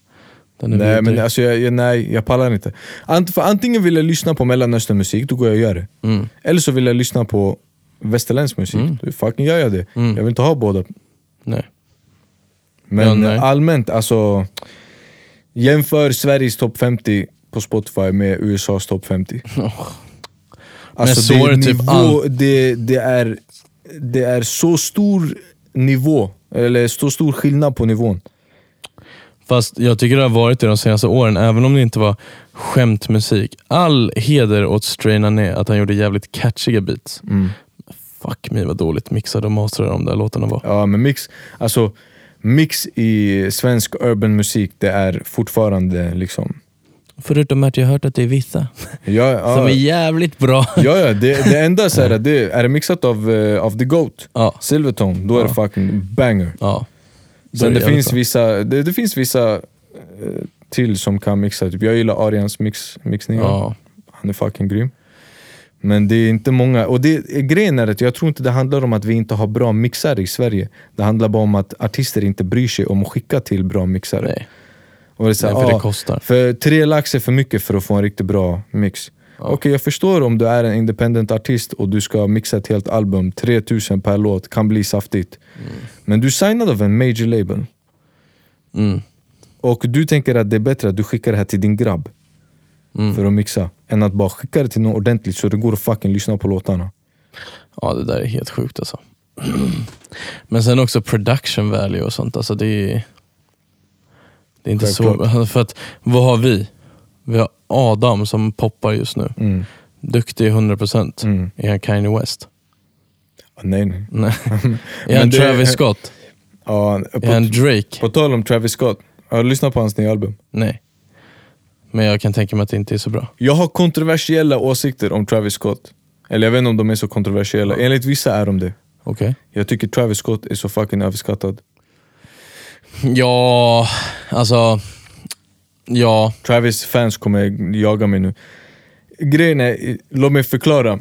[SPEAKER 4] Den är
[SPEAKER 3] Nej,
[SPEAKER 4] vidrig.
[SPEAKER 3] men alltså jag, jag, nej, jag pallar inte. Ant, för antingen vill jag lyssna på mellanösternmusik, då går jag och gör det.
[SPEAKER 4] Mm.
[SPEAKER 3] Eller så vill jag lyssna på västerländsk musik, då fucking gör jag det.
[SPEAKER 4] Mm.
[SPEAKER 3] Jag vill inte ha båda.
[SPEAKER 4] Nej. *laughs* Ja,
[SPEAKER 3] Men
[SPEAKER 4] nej.
[SPEAKER 3] allmänt, alltså Jämför Sveriges topp 50 på Spotify med USAs topp 50
[SPEAKER 4] Åh.
[SPEAKER 3] Alltså
[SPEAKER 4] Men så
[SPEAKER 3] det,
[SPEAKER 4] är
[SPEAKER 3] är
[SPEAKER 4] det typ
[SPEAKER 3] nivå,
[SPEAKER 4] allt.
[SPEAKER 3] det, det, är, det är så stor nivå, eller så stor skillnad på nivån
[SPEAKER 4] Fast jag tycker det har varit det de senaste åren, även om det inte var skämtmusik. All heder åt Stray Nané, att han gjorde jävligt catchiga beats.
[SPEAKER 3] Mm.
[SPEAKER 4] Fuck mig vad dåligt mixade och mastrade de där låtarna var.
[SPEAKER 3] Ja men mix, alltså mix i svensk urban musik, det är fortfarande liksom
[SPEAKER 4] Förutom att jag hört att det är vissa
[SPEAKER 3] ja,
[SPEAKER 4] som
[SPEAKER 3] ja,
[SPEAKER 4] är jävligt bra.
[SPEAKER 3] ja, ja, det, det enda så här, det, är det mixat av, eh, av The Goat,
[SPEAKER 4] *laughs* Ja.
[SPEAKER 3] Silvertone, då är det fucking banger
[SPEAKER 4] ja. Så
[SPEAKER 3] Sen det,
[SPEAKER 4] jävligt
[SPEAKER 3] finns
[SPEAKER 4] bra.
[SPEAKER 3] vissa, det, det finns vissa eh, till som kan mixa, typ, jag gillar Arians mix, mixningar,
[SPEAKER 4] Ja.
[SPEAKER 3] han är fucking grym Men det är inte många, och det, grejen är att jag tror inte det handlar om att vi inte har bra mixare i Sverige Det handlar bara om att artister inte bryr sig om att skicka till bra mixare
[SPEAKER 4] Nej.
[SPEAKER 3] och det är så här,
[SPEAKER 4] Nej, för det
[SPEAKER 3] ah,
[SPEAKER 4] kostar.
[SPEAKER 3] För tre lax är för mycket för att få en riktigt bra mix. Okej, jag förstår om du är en independent artist och du ska mixa ett helt album, 3000 per låt, kan bli saftigt. Men du är signad av en major label.
[SPEAKER 4] Mm.
[SPEAKER 3] Och du tänker att det är bättre att du skickar det här till din grabb för att mixa, än att bara skicka det till någon ordentligt så det går att fucking lyssna på låtarna.
[SPEAKER 4] ja, det där är helt sjukt alltså. *clears throat* Men sen också production value och sånt. Alltså det är, det är inte så...
[SPEAKER 3] Självklart.
[SPEAKER 4] *laughs* För att, vad har vi? Vi har Adam som poppar just nu.
[SPEAKER 3] Mm.
[SPEAKER 4] Duktig 100%.
[SPEAKER 3] Mm.
[SPEAKER 4] Är han
[SPEAKER 3] *laughs*
[SPEAKER 4] Kanye West?
[SPEAKER 3] Ah, Nej, nej.
[SPEAKER 4] Nej. är
[SPEAKER 3] Men
[SPEAKER 4] han
[SPEAKER 3] det-
[SPEAKER 4] Travis Scott?
[SPEAKER 3] Ja,
[SPEAKER 4] Är han
[SPEAKER 3] på,
[SPEAKER 4] Drake?
[SPEAKER 3] på tal om Travis Scott, har du lyssnat på hans nya album?
[SPEAKER 4] Nej. Men jag kan tänka mig att det inte är så bra.
[SPEAKER 3] Jag har kontroversiella åsikter om Travis Scott. Eller jag vet inte om de är så kontroversiella, enligt vissa är de det.
[SPEAKER 4] Okej.
[SPEAKER 3] Jag tycker Travis Scott är så fucking överskattad.
[SPEAKER 4] Ja, alltså... Ja,
[SPEAKER 3] Travis fans kommer jaga mig nu. Grejen är, låt mig förklara.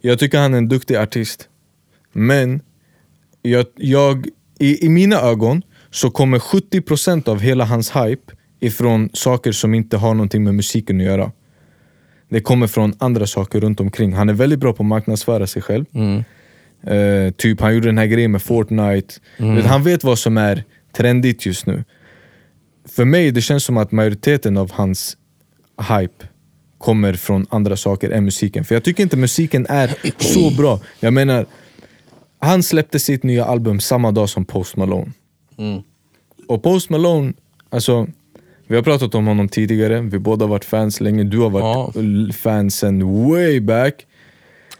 [SPEAKER 3] Jag tycker han är en duktig artist. Men, jag, jag, i, i mina ögon så kommer 70% av hela hans hype ifrån saker som inte har någonting med musiken att göra. Det kommer från andra saker runt omkring. Han är väldigt bra på att marknadsföra sig själv. Eh, typ, han gjorde den här grejen med Fortnite. Du Vet, han vet vad som är trendigt just nu. För mig det känns som att majoriteten av hans hype kommer från andra saker än musiken. För jag tycker inte musiken är så bra. Jag menar, han släppte sitt nya album samma dag som Post Malone. Och Post Malone, alltså vi har pratat om honom tidigare, vi båda har varit fans länge, du har varit fans sen way back.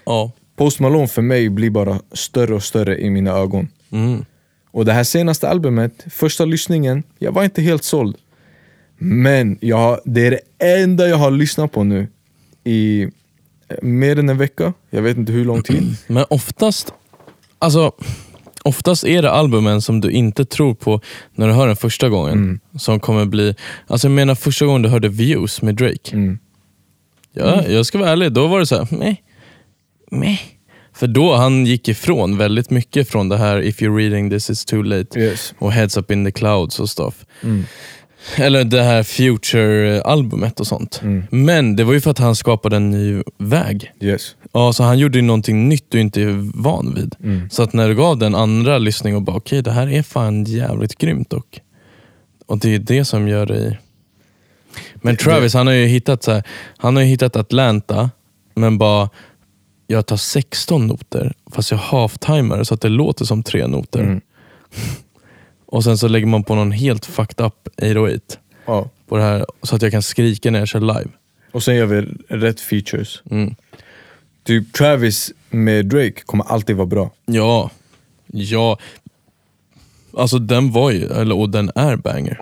[SPEAKER 4] ja.
[SPEAKER 3] Post Malone för mig blir bara större och större i mina ögon.
[SPEAKER 4] Mm.
[SPEAKER 3] Och det här senaste albumet, första lyssningen, jag var inte helt såld. Men jag, har- det är det enda jag har lyssnat på nu
[SPEAKER 4] *clears throat*
[SPEAKER 3] i eh, mer än en vecka. Jag vet inte hur lång tid.
[SPEAKER 4] Men oftast Alltså, oftast är det albumen som du inte tror på när du hör den första gången.
[SPEAKER 3] Mm.
[SPEAKER 4] Som kommer bli... Alltså jag menar första gången du hörde Views med Drake.
[SPEAKER 3] Mm.
[SPEAKER 4] Ja, Jag ska vara ärlig, då var det så här, meh, meh. För då han gick ifrån väldigt mycket från det här If you're reading this it's too late
[SPEAKER 3] Yes. Mm.
[SPEAKER 4] och Heads up in the clouds och stuff. Eller det här Future-albumet och sånt.
[SPEAKER 3] Mm.
[SPEAKER 4] Men det var ju för att han skapade en ny väg.
[SPEAKER 3] Yes.
[SPEAKER 4] Ja, så han gjorde ju någonting nytt du inte är van vid. Så att när du gav den andra lyssning och bara, okej det här är fan jävligt grymt och, och det är det som gör dig... Men Travis, han har ju hittat så här, han har ju hittat Atlanta, men bara, jag tar 16 noter fast jag halftimer så att det låter som tre noter.
[SPEAKER 3] Mm.
[SPEAKER 4] Och sen så lägger man på någon helt fucked up 808
[SPEAKER 3] Ja.
[SPEAKER 4] på det här, så att jag kan skrika när jag kör live.
[SPEAKER 3] Och sen gör vi rätt features.
[SPEAKER 4] Mm.
[SPEAKER 3] Typ Travis med Drake kommer alltid vara bra.
[SPEAKER 4] Ja, ja. Alltså den var ju, eller, och den är banger.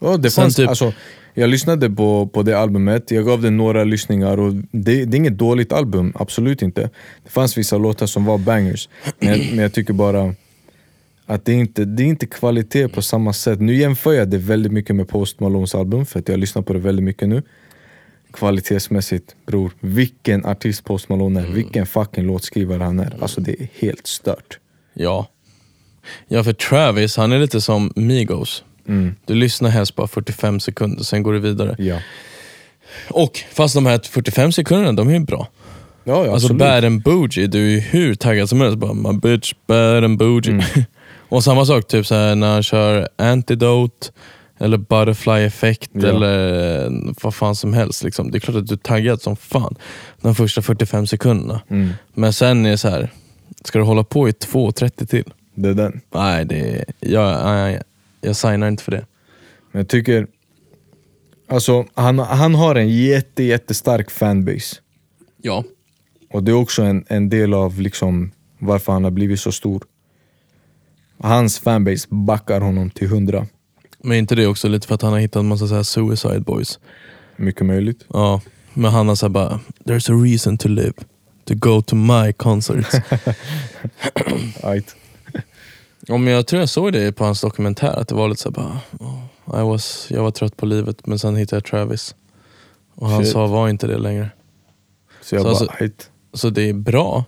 [SPEAKER 3] Ja, det
[SPEAKER 4] Sen
[SPEAKER 3] fanns,
[SPEAKER 4] typ-
[SPEAKER 3] alltså, jag lyssnade på, på det albumet, jag gav det några lyssningar och det, det är inget dåligt album, absolut inte. Det fanns vissa låtar som var bangers, men jag, men jag tycker bara att det är inte det är inte kvalitet på samma sätt. Nu jämför jag det väldigt mycket med Post Malones album, för att jag lyssnar på det väldigt mycket nu. Kvalitetsmässigt, bror, vilken artist Post Malone
[SPEAKER 4] Mm.
[SPEAKER 3] är, vilken fucking låtskrivare han är. Alltså det är helt stört.
[SPEAKER 4] Ja. Ja, för Travis, han är lite som Migos. Du lyssnar helst bara 45 sekunder, sen går du vidare.
[SPEAKER 3] Ja,
[SPEAKER 4] Och fast de här 45 sekunderna, de är ju bra.
[SPEAKER 3] ja, ja
[SPEAKER 4] Alltså
[SPEAKER 3] absolut.
[SPEAKER 4] bad and bougie, du är ju hur taggad som helst. Bara, My bitch, bad and bougie.
[SPEAKER 3] Mm.
[SPEAKER 4] *laughs* och samma sak typ så här, när han kör antidote, eller butterfly effect,
[SPEAKER 3] Ja.
[SPEAKER 4] eller eh, vad fan som helst. Liksom. Det är klart att du är taggad som fan de första 45 sekunderna.
[SPEAKER 3] Mm.
[SPEAKER 4] Men sen är det så här, ska du hålla på i 2.30 till?
[SPEAKER 3] Det är den.
[SPEAKER 4] Nej, det är, jag, nej, jag signar inte för det.
[SPEAKER 3] Men jag tycker... Alltså, han, han har en jätte, jättestark fanbase.
[SPEAKER 4] Ja.
[SPEAKER 3] Och det är också en, en del av liksom varför han har blivit så stor. Hans fanbase backar honom till hundra.
[SPEAKER 4] Men är inte det också lite för att han har hittat en massa så här suicide boys?
[SPEAKER 3] Mycket möjligt.
[SPEAKER 4] Ja, men han har såhär bara, there's a reason to live. To go to my concerts.
[SPEAKER 3] Right.
[SPEAKER 4] ja, men jag tror jag såg det på hans dokumentär, att det var lite såhär bara, oh, I was, jag var trött på livet men sen hittade jag Travis. Och han
[SPEAKER 3] Shit.
[SPEAKER 4] sa, var inte det längre.
[SPEAKER 3] Så jag
[SPEAKER 4] Så
[SPEAKER 3] bara,
[SPEAKER 4] alltså-
[SPEAKER 3] right.
[SPEAKER 4] Så det är bra,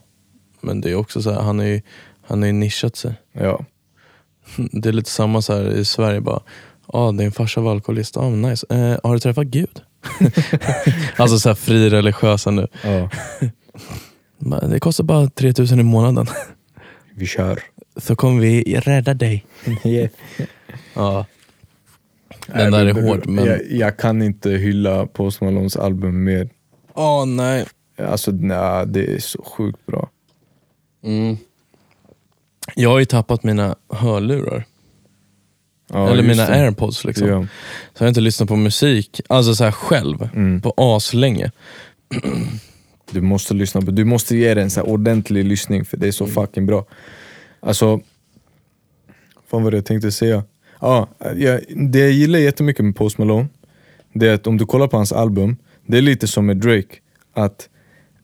[SPEAKER 4] men det är också så här, han är ju han är ju nischat sig. *laughs*
[SPEAKER 3] Ja.
[SPEAKER 4] Det är lite samma så här i Sverige bara, ah, din farsa var alkoholist, ah, men nice. Eh, har du träffat Gud? *laughs* alltså så här frireligiösa nu.
[SPEAKER 3] ja.
[SPEAKER 4] Bara, Det kostar bara 3000 i månaden.
[SPEAKER 3] Vi
[SPEAKER 4] *laughs*
[SPEAKER 3] kör.
[SPEAKER 4] så kommer vi rädda dig. Ja. Den där
[SPEAKER 3] Nej,
[SPEAKER 4] är
[SPEAKER 3] men-
[SPEAKER 4] hård men...
[SPEAKER 3] Äh, Jag, jag kan inte hylla Post Malones album mer.
[SPEAKER 4] Åh nej.
[SPEAKER 3] Alltså, nej, det är så sjukt bra.
[SPEAKER 4] Mm. Jag har ju tappat mina hörlurar.
[SPEAKER 3] Ja,
[SPEAKER 4] Eller
[SPEAKER 3] just
[SPEAKER 4] mina
[SPEAKER 3] det.
[SPEAKER 4] airpods liksom.
[SPEAKER 3] Ja.
[SPEAKER 4] Så jag har inte lyssnat på musik, alltså så här själv,
[SPEAKER 3] Mm.
[SPEAKER 4] på aslänge.
[SPEAKER 3] Du måste lyssna på, du måste ge den en så här ordentlig lyssning för det är så fucking bra. Alltså, fan vad det jag tänkte säga. Ja, jag, det jag gillar jättemycket med Post Malone, det är att om du kollar på hans album, det är lite som med Drake, att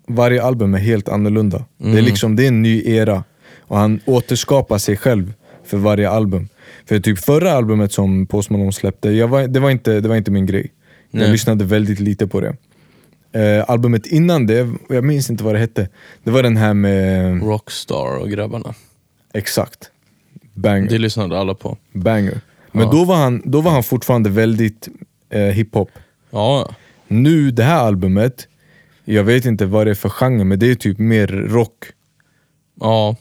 [SPEAKER 3] varje album är helt annorlunda. Det, är liksom, det är en ny era och han återskapar sig själv för varje album. För typ förra albumet som Post Malone släppte, jag var, det, var inte, det var inte min grej. Jag
[SPEAKER 4] Nej.
[SPEAKER 3] lyssnade väldigt lite på det. Eh, albumet innan det, jag minns inte vad det hette, det var den här med...
[SPEAKER 4] Rockstar och grabbarna.
[SPEAKER 3] Exakt. Banger.
[SPEAKER 4] Det lyssnade alla på.
[SPEAKER 3] Banger. Men
[SPEAKER 4] Ja.
[SPEAKER 3] då, var han, då var han fortfarande väldigt eh, hiphop.
[SPEAKER 4] Ja,
[SPEAKER 3] Nu, det här albumet, jag vet inte vad det är för genre, men det är typ mer rock.
[SPEAKER 4] ja.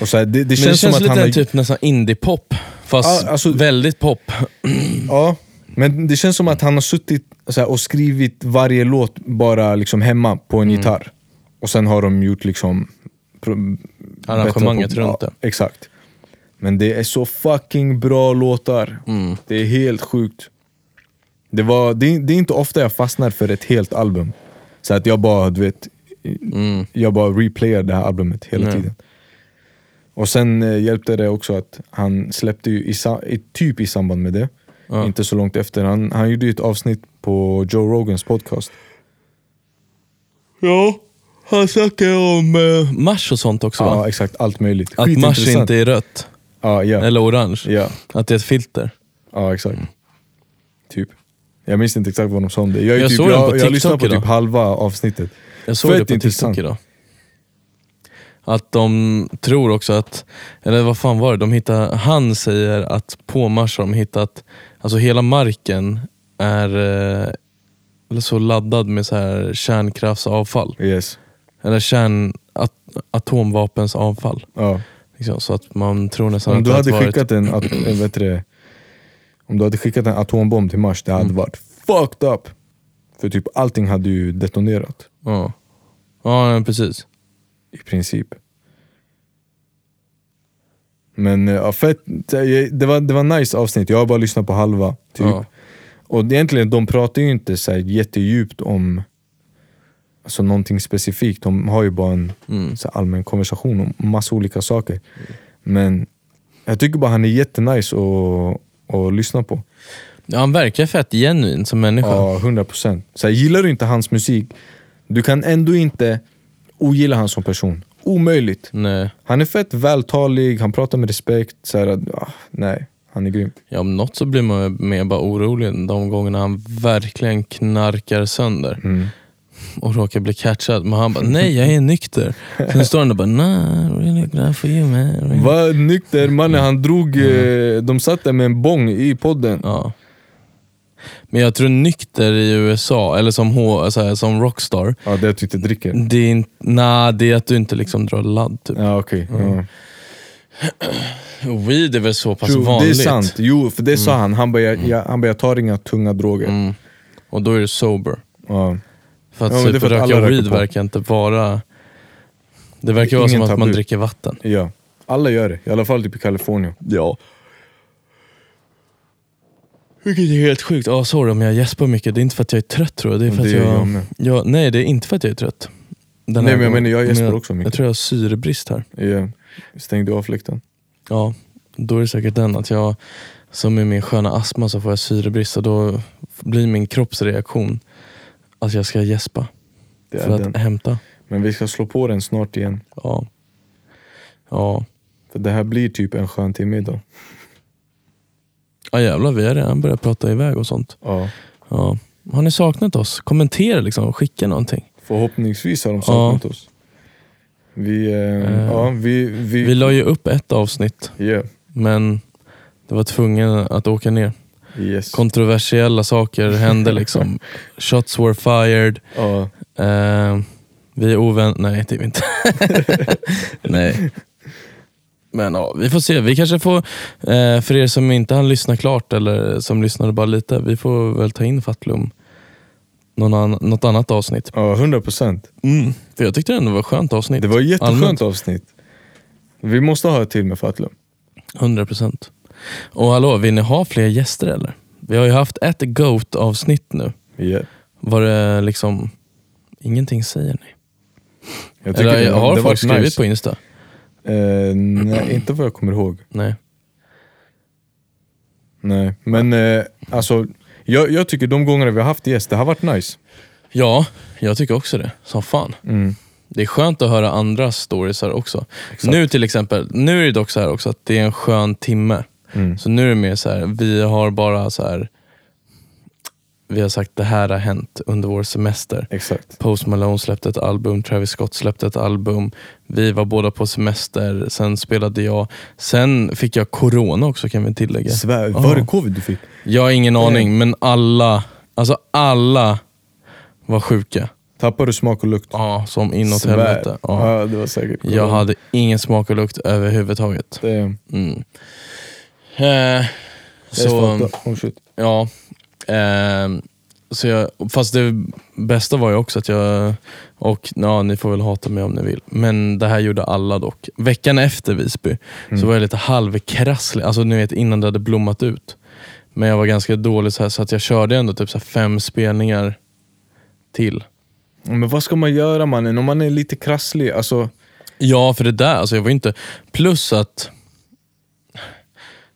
[SPEAKER 3] Och så här, det, det,
[SPEAKER 4] Men
[SPEAKER 3] känns
[SPEAKER 4] det känns
[SPEAKER 3] som att
[SPEAKER 4] lite
[SPEAKER 3] han har...
[SPEAKER 4] typ nästan indie-pop. Fast
[SPEAKER 3] Ja, alltså-
[SPEAKER 4] väldigt pop. typ-
[SPEAKER 3] Ja, men det känns som att han har suttit så här, och skrivit varje låt bara liksom hemma på
[SPEAKER 4] Mm.
[SPEAKER 3] en gitarr. Och sen har de gjort liksom... pro-
[SPEAKER 4] Arrangemanget
[SPEAKER 3] bättre
[SPEAKER 4] runt det.
[SPEAKER 3] Ja, exakt. Men det är så fucking bra låtar.
[SPEAKER 4] Mm.
[SPEAKER 3] Det är helt sjukt. Det, var, det, är- det är inte ofta jag fastnar för ett helt album. Så att jag bara, du vet,
[SPEAKER 4] Mm.
[SPEAKER 3] jag bara replayar det här albumet hela
[SPEAKER 4] Nej.
[SPEAKER 3] tiden. Och sen eh, hjälpte det också att han släppte ju i, sa- i, typ i samband med det,
[SPEAKER 4] Ja.
[SPEAKER 3] inte så långt efter, han, han gjorde ju ett avsnitt på Joe Rogans podcast.
[SPEAKER 4] Ja. Han snackade om eh, mars och sånt också va?
[SPEAKER 3] Ja, exakt. Allt möjligt.
[SPEAKER 4] Att mars
[SPEAKER 3] Skitintressant.
[SPEAKER 4] inte är rött
[SPEAKER 3] Ja, ja.
[SPEAKER 4] eller orange.
[SPEAKER 3] ja.
[SPEAKER 4] Att det är ett filter.
[SPEAKER 3] ja exakt. Typ. Jag minns inte exakt vad de sa om det. Jag, är
[SPEAKER 4] Jag
[SPEAKER 3] typ,
[SPEAKER 4] såg den på
[SPEAKER 3] jag, jag
[SPEAKER 4] TikTok
[SPEAKER 3] lyssnade på
[SPEAKER 4] idag.
[SPEAKER 3] typ halva avsnittet.
[SPEAKER 4] Jag såg
[SPEAKER 3] Fett
[SPEAKER 4] det på
[SPEAKER 3] intressant.
[SPEAKER 4] TikTok idag. Att de tror också att, eller vad fan var det, de hittar, han säger att på Mars har de hittat, alltså hela marken är eh, eller så laddad med så här kärnkraftsavfall.
[SPEAKER 3] Yes.
[SPEAKER 4] Eller kärn, at, atomvapens avfall.
[SPEAKER 3] Ja.
[SPEAKER 4] Liksom, så att man tror nästan
[SPEAKER 3] Om du
[SPEAKER 4] det
[SPEAKER 3] hade
[SPEAKER 4] varit-
[SPEAKER 3] skickat en, at, äh, vet du, det, om du hade skickat en atombomb till Mars, det hade varit fucked up! För typ allting hade ju detonerat,
[SPEAKER 4] Ja, ja ja, precis.
[SPEAKER 3] i princip. Men äh, ja, fett, det det var, det var nice avsnitt, jag har bara lyssnat på halva. Typ.
[SPEAKER 4] Ja.
[SPEAKER 3] Och egentligen, de pratar ju inte så här jättedjupt om alltså någonting specifikt. De har ju bara en
[SPEAKER 4] Mm.
[SPEAKER 3] så här allmän konversation om massa olika saker. Men jag tycker bara han är jättenice att, att lyssna på.
[SPEAKER 4] Ja, han verkar fett genuin som människa.
[SPEAKER 3] Ja, 100 procent. Gillar du inte hans musik, du kan ändå inte ogilla han som person. Omöjligt.
[SPEAKER 4] Nej,
[SPEAKER 3] Han är fett vältalig, han pratar med respekt. Så här, att, ah, nej, han är grym.
[SPEAKER 4] ja, om något så blir man mer bara orolig de gångerna han verkligen knarkar sönder
[SPEAKER 3] Mm.
[SPEAKER 4] och råkar bli catchad. Men han bara, nej jag är nykter. Sen står han där och bara, nah, really glad for you man. Really.
[SPEAKER 3] Var nykter mannen, han drog... Eh, de satt där med en bong i podden.
[SPEAKER 4] Mm. Ja. Men jag tror nykter i USA, eller som, H, så här, som rockstar,
[SPEAKER 3] Ja, det är att du inte dricker.
[SPEAKER 4] det är, in, nah, det är att du inte liksom drar ladd. Typ.
[SPEAKER 3] Ja, okej. Ja.
[SPEAKER 4] Och Weed är väl så pass
[SPEAKER 3] True, Det är
[SPEAKER 4] vanligt.
[SPEAKER 3] sant, jo för det sa han. Han bara, jag, jag, han bara, jag tar inga tunga droger.
[SPEAKER 4] Mm. Och då är det sober.
[SPEAKER 3] Ja.
[SPEAKER 4] För att
[SPEAKER 3] Ja, men det är
[SPEAKER 4] typ
[SPEAKER 3] för att
[SPEAKER 4] röka
[SPEAKER 3] alla röker
[SPEAKER 4] weed
[SPEAKER 3] på.
[SPEAKER 4] verkar inte vara... Det verkar vara
[SPEAKER 3] Ingen
[SPEAKER 4] som att man
[SPEAKER 3] tabu.
[SPEAKER 4] dricker vatten.
[SPEAKER 3] ja. Alla gör det, i alla fall typ i Kalifornien.
[SPEAKER 4] Ja. Vilket är helt sjukt. Ah, sorry om jag gäspar mycket. Det är inte för att jag är trött tror jag. Det är för
[SPEAKER 3] Det
[SPEAKER 4] att
[SPEAKER 3] gör
[SPEAKER 4] jag...
[SPEAKER 3] jag med.
[SPEAKER 4] Ja, nej, det är inte för att jag är trött. Den
[SPEAKER 3] Nej,
[SPEAKER 4] här
[SPEAKER 3] men jag
[SPEAKER 4] gången.
[SPEAKER 3] menar, jag gäspar
[SPEAKER 4] jag,
[SPEAKER 3] också mycket.
[SPEAKER 4] Jag tror jag har syrebrist här.
[SPEAKER 3] Ja. Stängde av fläkten.
[SPEAKER 4] Ja, då är det säkert den att jag, som med min sköna astma, så får jag syrebrist och då blir min kroppsreaktion att jag ska gäspa
[SPEAKER 3] Det
[SPEAKER 4] för
[SPEAKER 3] är
[SPEAKER 4] att
[SPEAKER 3] den.
[SPEAKER 4] hämta.
[SPEAKER 3] Men vi ska slå på den snart igen.
[SPEAKER 4] Ja. Ja.
[SPEAKER 3] För det här blir typ en skön timme idag.
[SPEAKER 4] Ja jävlar, vi har redan börjat prata iväg och sånt.
[SPEAKER 3] Ja.
[SPEAKER 4] Ja. Har ni saknat oss? Kommentera liksom, och skicka någonting.
[SPEAKER 3] Förhoppningsvis har de saknat oss. Vi, eh, ja, vi, vi,
[SPEAKER 4] Vi la ju upp ett avsnitt,
[SPEAKER 3] Ja.
[SPEAKER 4] men det var tvungen att åka ner.
[SPEAKER 3] Yes.
[SPEAKER 4] Kontroversiella saker
[SPEAKER 3] *laughs*
[SPEAKER 4] hände liksom. Shots were fired.
[SPEAKER 3] ja.
[SPEAKER 4] Eh, vi är ovän... Nej, det är
[SPEAKER 3] *laughs*
[SPEAKER 4] vi inte. Nej. Men ja, vi får se. Vi kanske får, eh, för er som inte hann lyssna klart eller som lyssnade bara lite, vi får väl ta in Fatlum någon annan, något annat avsnitt.
[SPEAKER 3] ja, 100 procent.
[SPEAKER 4] För jag tyckte det ändå var ett skönt avsnitt.
[SPEAKER 3] Mm. Det var ett jätteskönt
[SPEAKER 4] Allmänt.
[SPEAKER 3] avsnitt. Vi måste ha ett till med Fatlum.
[SPEAKER 4] 100 procent. Och hallå, vill ni ha fler gäster eller? Vi har ju haft ett GOAT-avsnitt nu.
[SPEAKER 3] Yeah.
[SPEAKER 4] Var det liksom, ingenting säger ni?
[SPEAKER 3] Jag
[SPEAKER 4] Eller
[SPEAKER 3] det-
[SPEAKER 4] har
[SPEAKER 3] det var
[SPEAKER 4] folk skrivit
[SPEAKER 3] nice.
[SPEAKER 4] på Insta?
[SPEAKER 3] Eh, nej, inte vad jag kommer ihåg.
[SPEAKER 4] Nej.
[SPEAKER 3] Nej. Men eh, alltså, jag, jag tycker de gångerna vi har haft gäst, det har varit nice.
[SPEAKER 4] Ja, jag tycker också det. Som fan.
[SPEAKER 3] Mm.
[SPEAKER 4] Det är skönt att höra andra storiesar också. Nu till exempel, nu är det dock så här också att det är en skön timme.
[SPEAKER 3] Mm.
[SPEAKER 4] Så nu är det mer så här, vi har bara så här, vi har sagt det här har hänt under vår semester.
[SPEAKER 3] Exakt.
[SPEAKER 4] Post Malone släppte ett album, Travis Scott släppte ett album. Vi var båda på semester, sen spelade jag. Sen fick jag corona också kan vi tillägga.
[SPEAKER 3] Svär,
[SPEAKER 4] Ja.
[SPEAKER 3] var det covid du fick?
[SPEAKER 4] Jag har ingen aning, men alla, alltså alla var sjuka.
[SPEAKER 3] Tappade du smak och lukt?
[SPEAKER 4] Ja, som inåt
[SPEAKER 3] Svär.
[SPEAKER 4] helvete. Ja.
[SPEAKER 3] Ja. det var säkert
[SPEAKER 4] Jag hade ingen smak och lukt överhuvudtaget.
[SPEAKER 3] Det,
[SPEAKER 4] Mm. Eh,
[SPEAKER 3] så...
[SPEAKER 4] så,
[SPEAKER 3] Oh,
[SPEAKER 4] ja. Ehm, så jag, fast det bästa var ju också att jag, och ja, ni får väl hata mig om ni vill, men det här gjorde alla dock. Veckan efter Visby så var jag lite halvkrasslig, alltså ni vet innan det hade blommat ut. Men jag var ganska dålig så, här, så att jag körde ändå typ så här fem spelningar till.
[SPEAKER 3] Men vad ska man göra mannen? Om man är lite krasslig, alltså...
[SPEAKER 4] Ja, för det där. Alltså jag var inte... Plus att...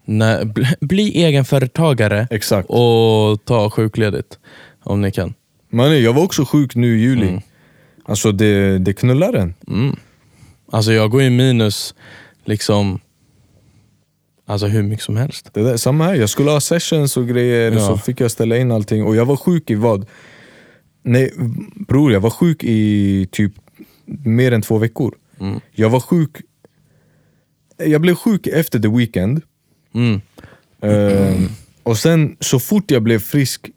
[SPEAKER 4] Nej, bli, bli egenföretagare
[SPEAKER 3] Exakt.
[SPEAKER 4] och ta sjukledigt om ni kan.
[SPEAKER 3] Mannen, jag var också sjuk nu i juli. Alltså det, det knullar en.
[SPEAKER 4] Mm. Alltså jag går ju minus liksom, alltså hur mycket som helst.
[SPEAKER 3] Det där, samma här, jag skulle ha sessions och grejer och
[SPEAKER 4] Ja.
[SPEAKER 3] så fick jag ställa in allting och jag var sjuk i vad? Nej bror, jag var sjuk i typ mer än två veckor.
[SPEAKER 4] Mm.
[SPEAKER 3] Jag var sjuk, jag blev sjuk efter the weekend
[SPEAKER 4] Mm.
[SPEAKER 3] Ehm, och sen så fort jag blev frisk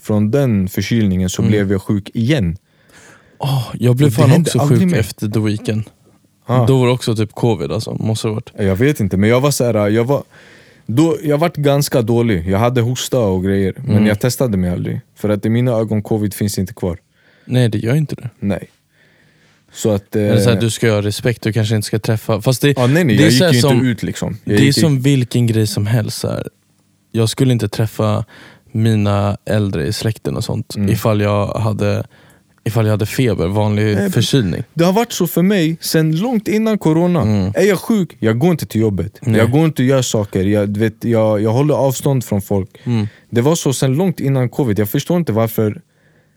[SPEAKER 3] från den förkylningen
[SPEAKER 4] Mm.
[SPEAKER 3] så blev jag sjuk igen.
[SPEAKER 4] Åh, jag blev
[SPEAKER 3] Och det
[SPEAKER 4] fan
[SPEAKER 3] hände
[SPEAKER 4] också
[SPEAKER 3] aldrig
[SPEAKER 4] sjuk
[SPEAKER 3] mer.
[SPEAKER 4] efter the weekend.
[SPEAKER 3] Ah.
[SPEAKER 4] Då var det också typ covid alltså, måste det ha varit.
[SPEAKER 3] Jag vet inte, men jag var så här, jag var då, jag vart ganska dålig, jag hade hosta och grejer
[SPEAKER 4] Mm.
[SPEAKER 3] men jag testade mig aldrig. För att i mina ögon, covid finns inte kvar.
[SPEAKER 4] Nej det gör inte det.
[SPEAKER 3] Nej. Så att... Eh,
[SPEAKER 4] Eller så här, du ska ha respekt, du kanske inte ska träffa. Fast det,
[SPEAKER 3] ja, Ah, nej, nej,
[SPEAKER 4] det
[SPEAKER 3] jag
[SPEAKER 4] så
[SPEAKER 3] gick
[SPEAKER 4] här
[SPEAKER 3] ju
[SPEAKER 4] som,
[SPEAKER 3] inte ut liksom. Jag
[SPEAKER 4] Det är
[SPEAKER 3] gick,
[SPEAKER 4] som vilken grej som helst. Så här. Jag skulle inte träffa mina äldre i släkten och sånt
[SPEAKER 3] Mm.
[SPEAKER 4] ifall, jag hade, ifall jag hade feber, vanlig
[SPEAKER 3] men-
[SPEAKER 4] förkylning.
[SPEAKER 3] Det har varit så för mig sen långt innan corona. Är jag sjuk, jag går inte till jobbet.
[SPEAKER 4] Mm. Nej.
[SPEAKER 3] Jag går inte och gör saker. Jag, du vet, jag, jag håller avstånd från folk.
[SPEAKER 4] Mm.
[SPEAKER 3] Det var så sen långt innan covid. Jag förstår inte varför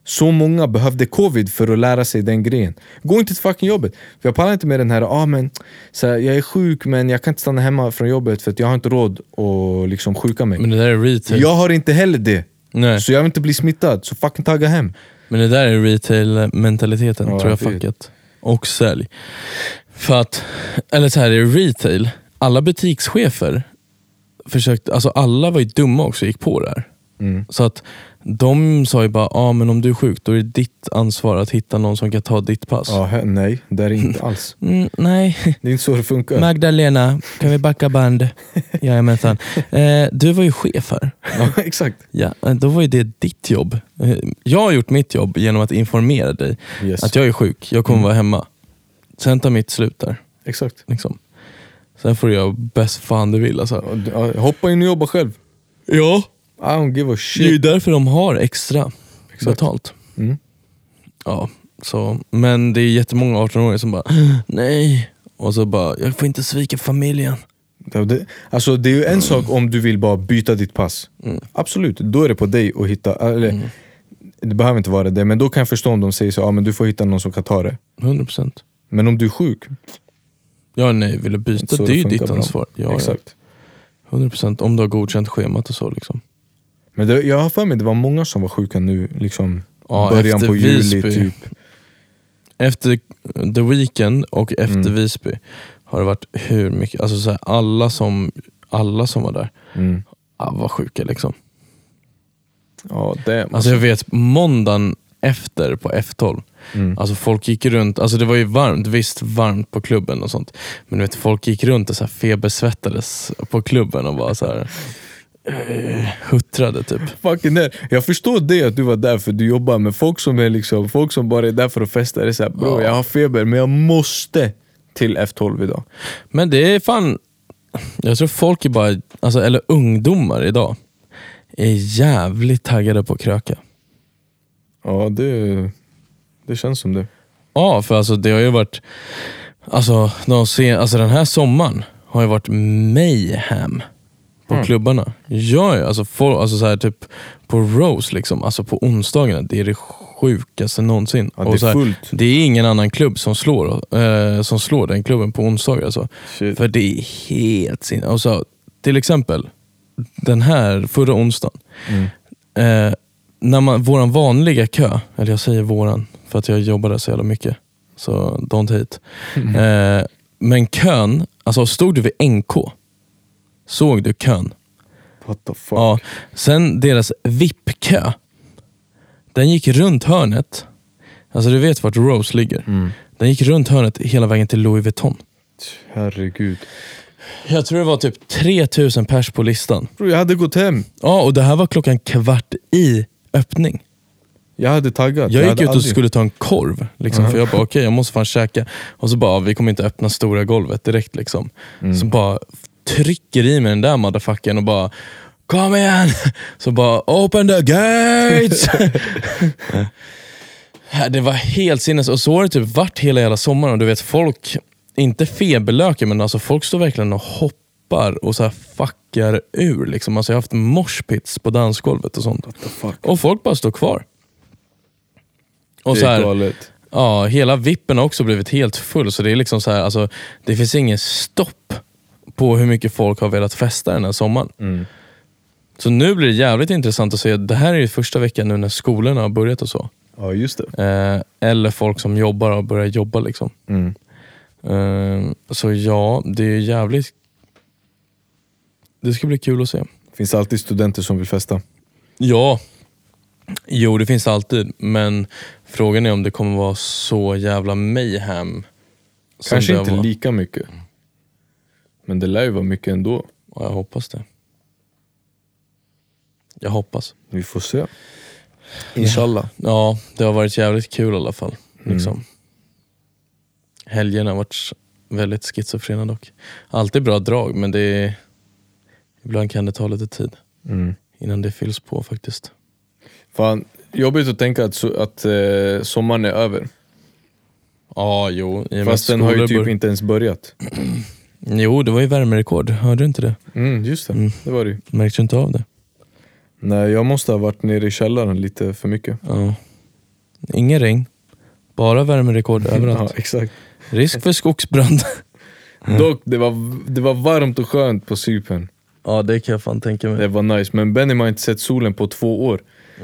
[SPEAKER 3] så många behövde covid för att lära sig den grejen. Gå inte till fucking jobbet. För jag pallar inte med den här, ah, men, så här, jag är sjuk men jag kan inte stanna hemma från jobbet för att jag har inte råd att liksom, sjuka mig.
[SPEAKER 4] Men det där är retail.
[SPEAKER 3] Jag har inte heller det.
[SPEAKER 4] Nej,
[SPEAKER 3] Så jag vill inte bli smittad, så fucking tagga hem.
[SPEAKER 4] men det där är retail-mentaliteten
[SPEAKER 3] Ja,
[SPEAKER 4] tror jag
[SPEAKER 3] det-
[SPEAKER 4] facket. Och sälj. För att, eller så här är retail, alla butikschefer försökte, alltså alla var ju dumma också och gick på det här.
[SPEAKER 3] Mm.
[SPEAKER 4] Så att de sa ju bara, ah, men om du är sjuk då är det ditt ansvar att hitta någon som kan ta ditt pass.
[SPEAKER 3] Ja, he- nej, det är
[SPEAKER 4] *laughs*
[SPEAKER 3] inte alls.
[SPEAKER 4] Mm,
[SPEAKER 3] *laughs*
[SPEAKER 4] nej,
[SPEAKER 3] Det är inte så det funkar.
[SPEAKER 4] Magdalena, kan vi backa band? Jajamensan. Eh, du var ju chef här.
[SPEAKER 3] Ja, *laughs* exakt.
[SPEAKER 4] Ja, eh, då var ju det ditt jobb. Eh, Jag har gjort mitt jobb genom att informera dig
[SPEAKER 3] Yes.
[SPEAKER 4] att jag är sjuk, jag kommer
[SPEAKER 3] Mm.
[SPEAKER 4] vara hemma. Sen tar mitt slut där.
[SPEAKER 3] Exakt.
[SPEAKER 4] Liksom. Sen får du göra bäst fan du vill. Alltså.
[SPEAKER 3] Ja, d- ja, Hoppa in och jobba själv.
[SPEAKER 4] Ja,
[SPEAKER 3] I don't give a
[SPEAKER 4] det är ju
[SPEAKER 3] shit.
[SPEAKER 4] därför de har extra
[SPEAKER 3] Exakt.
[SPEAKER 4] betalt.
[SPEAKER 3] Mm.
[SPEAKER 4] Ja, så. Men det är jättemånga 18-åringar som bara, nej. Och så bara, jag får inte svika familjen.
[SPEAKER 3] Ja, det- Alltså, det är ju en
[SPEAKER 4] Mm.
[SPEAKER 3] sak om du vill bara byta ditt pass. Absolut, då är det på dig att hitta. Eller,
[SPEAKER 4] Mm.
[SPEAKER 3] Det behöver inte vara det, men då kan jag förstå om de säger så, ah, men du får hitta någon som kan ta det.
[SPEAKER 4] 100%.
[SPEAKER 3] Men om du är sjuk,
[SPEAKER 4] Ja, nej, vill du byta,
[SPEAKER 3] så
[SPEAKER 4] det är ju
[SPEAKER 3] funkar
[SPEAKER 4] ditt
[SPEAKER 3] bra.
[SPEAKER 4] ansvar. Ja, Exakt.
[SPEAKER 3] Exakt.
[SPEAKER 4] 100% om du har godkänt schemat och så. Liksom.
[SPEAKER 3] Men det, jag har för mig det var många som var sjuka nu, liksom
[SPEAKER 4] Ja,
[SPEAKER 3] början
[SPEAKER 4] efter
[SPEAKER 3] på juli
[SPEAKER 4] Visby.
[SPEAKER 3] typ.
[SPEAKER 4] Efter The Weeknd och efter
[SPEAKER 3] Mm.
[SPEAKER 4] Visby har det varit hur mycket, alltså så här, alla, som, alla som var där
[SPEAKER 3] Mm.
[SPEAKER 4] ah, var sjuka. Liksom.
[SPEAKER 3] Ja, damn.
[SPEAKER 4] Alltså jag vet, måndagen efter på F12,
[SPEAKER 3] Mm.
[SPEAKER 4] alltså folk gick runt, alltså det var ju varmt, visst varmt på klubben och sånt, men du vet folk gick runt och så här febersvettades på klubben och bara så här, eh, huttrade typ.
[SPEAKER 3] Fucking hell. Jag förstår det att du var där för du jobbar med folk som är liksom, folk som bara är där för att festa. Det är såhär, bro
[SPEAKER 4] Ja.
[SPEAKER 3] jag har feber men jag måste till F12 idag.
[SPEAKER 4] Men det är fan, jag tror folk är bara, alltså, eller ungdomar idag, är jävligt taggade på att kröka.
[SPEAKER 3] Ja det, det känns som det.
[SPEAKER 4] Ja, för alltså det har ju varit, alltså, de sen, alltså den här sommaren har ju varit mayhem på
[SPEAKER 3] Mm.
[SPEAKER 4] klubbarna. Ja, ja, alltså, for, alltså så här, typ på Rose, liksom, alltså på onsdagarna, det är det sjukaste någonsin.
[SPEAKER 3] Ja, det
[SPEAKER 4] så
[SPEAKER 3] är
[SPEAKER 4] här,
[SPEAKER 3] fullt.
[SPEAKER 4] Alltså, det är ingen annan klubb som slår, eh, som slår den klubben på onsdagar. Alltså.
[SPEAKER 3] Shit.
[SPEAKER 4] För det är helt sin... Alltså, till exempel, den här förra onsdagen. Eh, när man, våran vanliga kö, eller jag säger våran för att jag jobbar där så jävla mycket, så don't hate. Eh, men kön, alltså stod du vid NK, såg du kön.
[SPEAKER 3] What the fuck.
[SPEAKER 4] Ja, sen deras VIP-kö, den gick runt hörnet, alltså du vet vart Rose ligger. Den gick runt hörnet hela vägen till Louis Vuitton.
[SPEAKER 3] Herregud.
[SPEAKER 4] Jag tror det var typ 3000 pers på listan.
[SPEAKER 3] Bro, jag hade gått hem.
[SPEAKER 4] Ja, och det här var klockan kvart i öppning.
[SPEAKER 3] Jag hade taggat.
[SPEAKER 4] Jag gick
[SPEAKER 3] hade
[SPEAKER 4] ut och
[SPEAKER 3] aldrig-
[SPEAKER 4] skulle ta en korv, liksom, för jag bara okej, jag måste fan käka. Och så bara, vi kommer inte öppna stora golvet direkt. Liksom.
[SPEAKER 3] Mm.
[SPEAKER 4] Så bara trycker i mig den där motherfuckern och bara, kom igen! *laughs* Så bara, open the gates! *laughs* det var helt sinnes. Och så har det typ varit hela jävla sommaren. Och du vet, folk, inte feberlöker, men alltså folk står verkligen och hoppar och så här fuckar ur. Liksom. Alltså jag har haft moshpits på dansgolvet och sånt.
[SPEAKER 3] What the fuck.
[SPEAKER 4] Och folk bara står kvar. Och
[SPEAKER 3] det
[SPEAKER 4] så
[SPEAKER 3] är
[SPEAKER 4] här,
[SPEAKER 3] galet.
[SPEAKER 4] Ja, hela vippen har också blivit helt full. Så det är liksom så här, alltså, det finns ingen stopp på hur mycket folk har velat festa den här sommaren.
[SPEAKER 3] Mm.
[SPEAKER 4] Så nu blir det jävligt intressant att se. Det här är ju första veckan nu när skolorna har börjat och så.
[SPEAKER 3] Ja, just det.
[SPEAKER 4] Eh, eller folk som jobbar och börjar jobba. liksom.
[SPEAKER 3] Mm.
[SPEAKER 4] Eh, så ja, det är jävligt... Det ska bli kul att se.
[SPEAKER 3] Finns alltid studenter som vill festa.
[SPEAKER 4] Ja, jo det finns alltid. Men frågan är om det kommer vara så jävla mayhem. som
[SPEAKER 3] Kanske
[SPEAKER 4] det
[SPEAKER 3] inte
[SPEAKER 4] var.
[SPEAKER 3] lika mycket. Men det lär ju vara mycket ändå.
[SPEAKER 4] Ja, jag hoppas det. Jag hoppas.
[SPEAKER 3] Vi får se. Inshallah. Mm.
[SPEAKER 4] Ja, det har varit jävligt kul i alla fall. Liksom. Helgen har varit väldigt schizofrena dock. Alltid bra drag, men det är... ibland kan det ta lite tid
[SPEAKER 3] Mm.
[SPEAKER 4] innan det fylls på faktiskt.
[SPEAKER 3] Fan, jobbigt att tänka att, so- att eh, sommaren är över.
[SPEAKER 4] Ja, jo. i och med
[SPEAKER 3] Fast
[SPEAKER 4] att
[SPEAKER 3] den har ju
[SPEAKER 4] skolor
[SPEAKER 3] typ
[SPEAKER 4] bör-
[SPEAKER 3] inte ens börjat.
[SPEAKER 4] Jo, det var ju värmerekord. Hörde du inte det?
[SPEAKER 3] Mm, just det,
[SPEAKER 4] Mm.
[SPEAKER 3] det var det ju.
[SPEAKER 4] Märkte du inte av det?
[SPEAKER 3] Nej, jag måste ha varit nere i källaren lite för mycket.
[SPEAKER 4] Ja. Ingen regn. Bara *laughs* värmerekord
[SPEAKER 3] Ja,
[SPEAKER 4] överallt.
[SPEAKER 3] exakt.
[SPEAKER 4] Risk för skogsbrand.
[SPEAKER 3] Dock, det var, det var varmt och skönt på Cypern.
[SPEAKER 4] *laughs* ja, det kan jag fan tänka mig.
[SPEAKER 3] Det var nice, men Benjamin har inte sett solen på två år.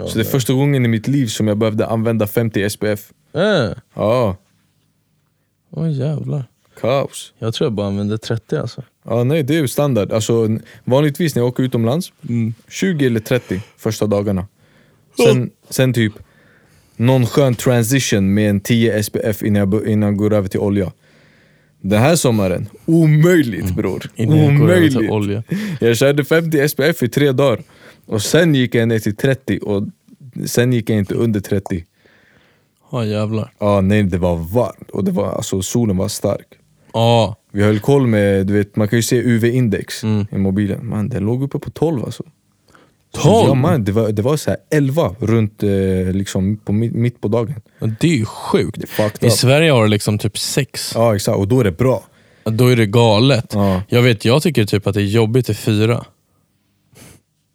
[SPEAKER 3] så det är första gången i mitt liv som jag behövde använda 50 SPF.
[SPEAKER 4] Äh,
[SPEAKER 3] Ja,
[SPEAKER 4] Åh jävlar.
[SPEAKER 3] kaos.
[SPEAKER 4] Jag tror jag bara använde 30 alltså.
[SPEAKER 3] Ja, nej, det är ju standard. Alltså, n- vanligtvis när jag åker utomlands,
[SPEAKER 4] Mm.
[SPEAKER 3] 20 eller 30 första dagarna. Sen, sen typ någon skön transition med en 10 SPF innan jag, bör- innan jag går över till olja. Den här sommaren, omöjligt bror.
[SPEAKER 4] Mm. Innan jag går över till
[SPEAKER 3] omöjligt.
[SPEAKER 4] olja.
[SPEAKER 3] Jag körde 50 SPF i tre dagar och sen gick jag ner till 30 och sen gick jag inte under 30.
[SPEAKER 4] Ja jävlar.
[SPEAKER 3] Ja, nej, det var varmt och det var, alltså, solen var stark.
[SPEAKER 4] Ja,
[SPEAKER 3] Vi höll koll med, du vet, man kan ju se UV-index
[SPEAKER 4] Mm.
[SPEAKER 3] i mobilen. Man, den låg uppe på 12 alltså.
[SPEAKER 4] 12?
[SPEAKER 3] Ja, man, det var, det var så här 11 runt eh, liksom på, mi- mitt på dagen.
[SPEAKER 4] men det är ju sjukt.
[SPEAKER 3] Det är fucked
[SPEAKER 4] I
[SPEAKER 3] up.
[SPEAKER 4] Sverige har det liksom typ 6.
[SPEAKER 3] Ja exakt, och då är det bra.
[SPEAKER 4] Då är det galet.
[SPEAKER 3] Ja.
[SPEAKER 4] Jag vet, jag tycker typ att det är jobbigt i 4.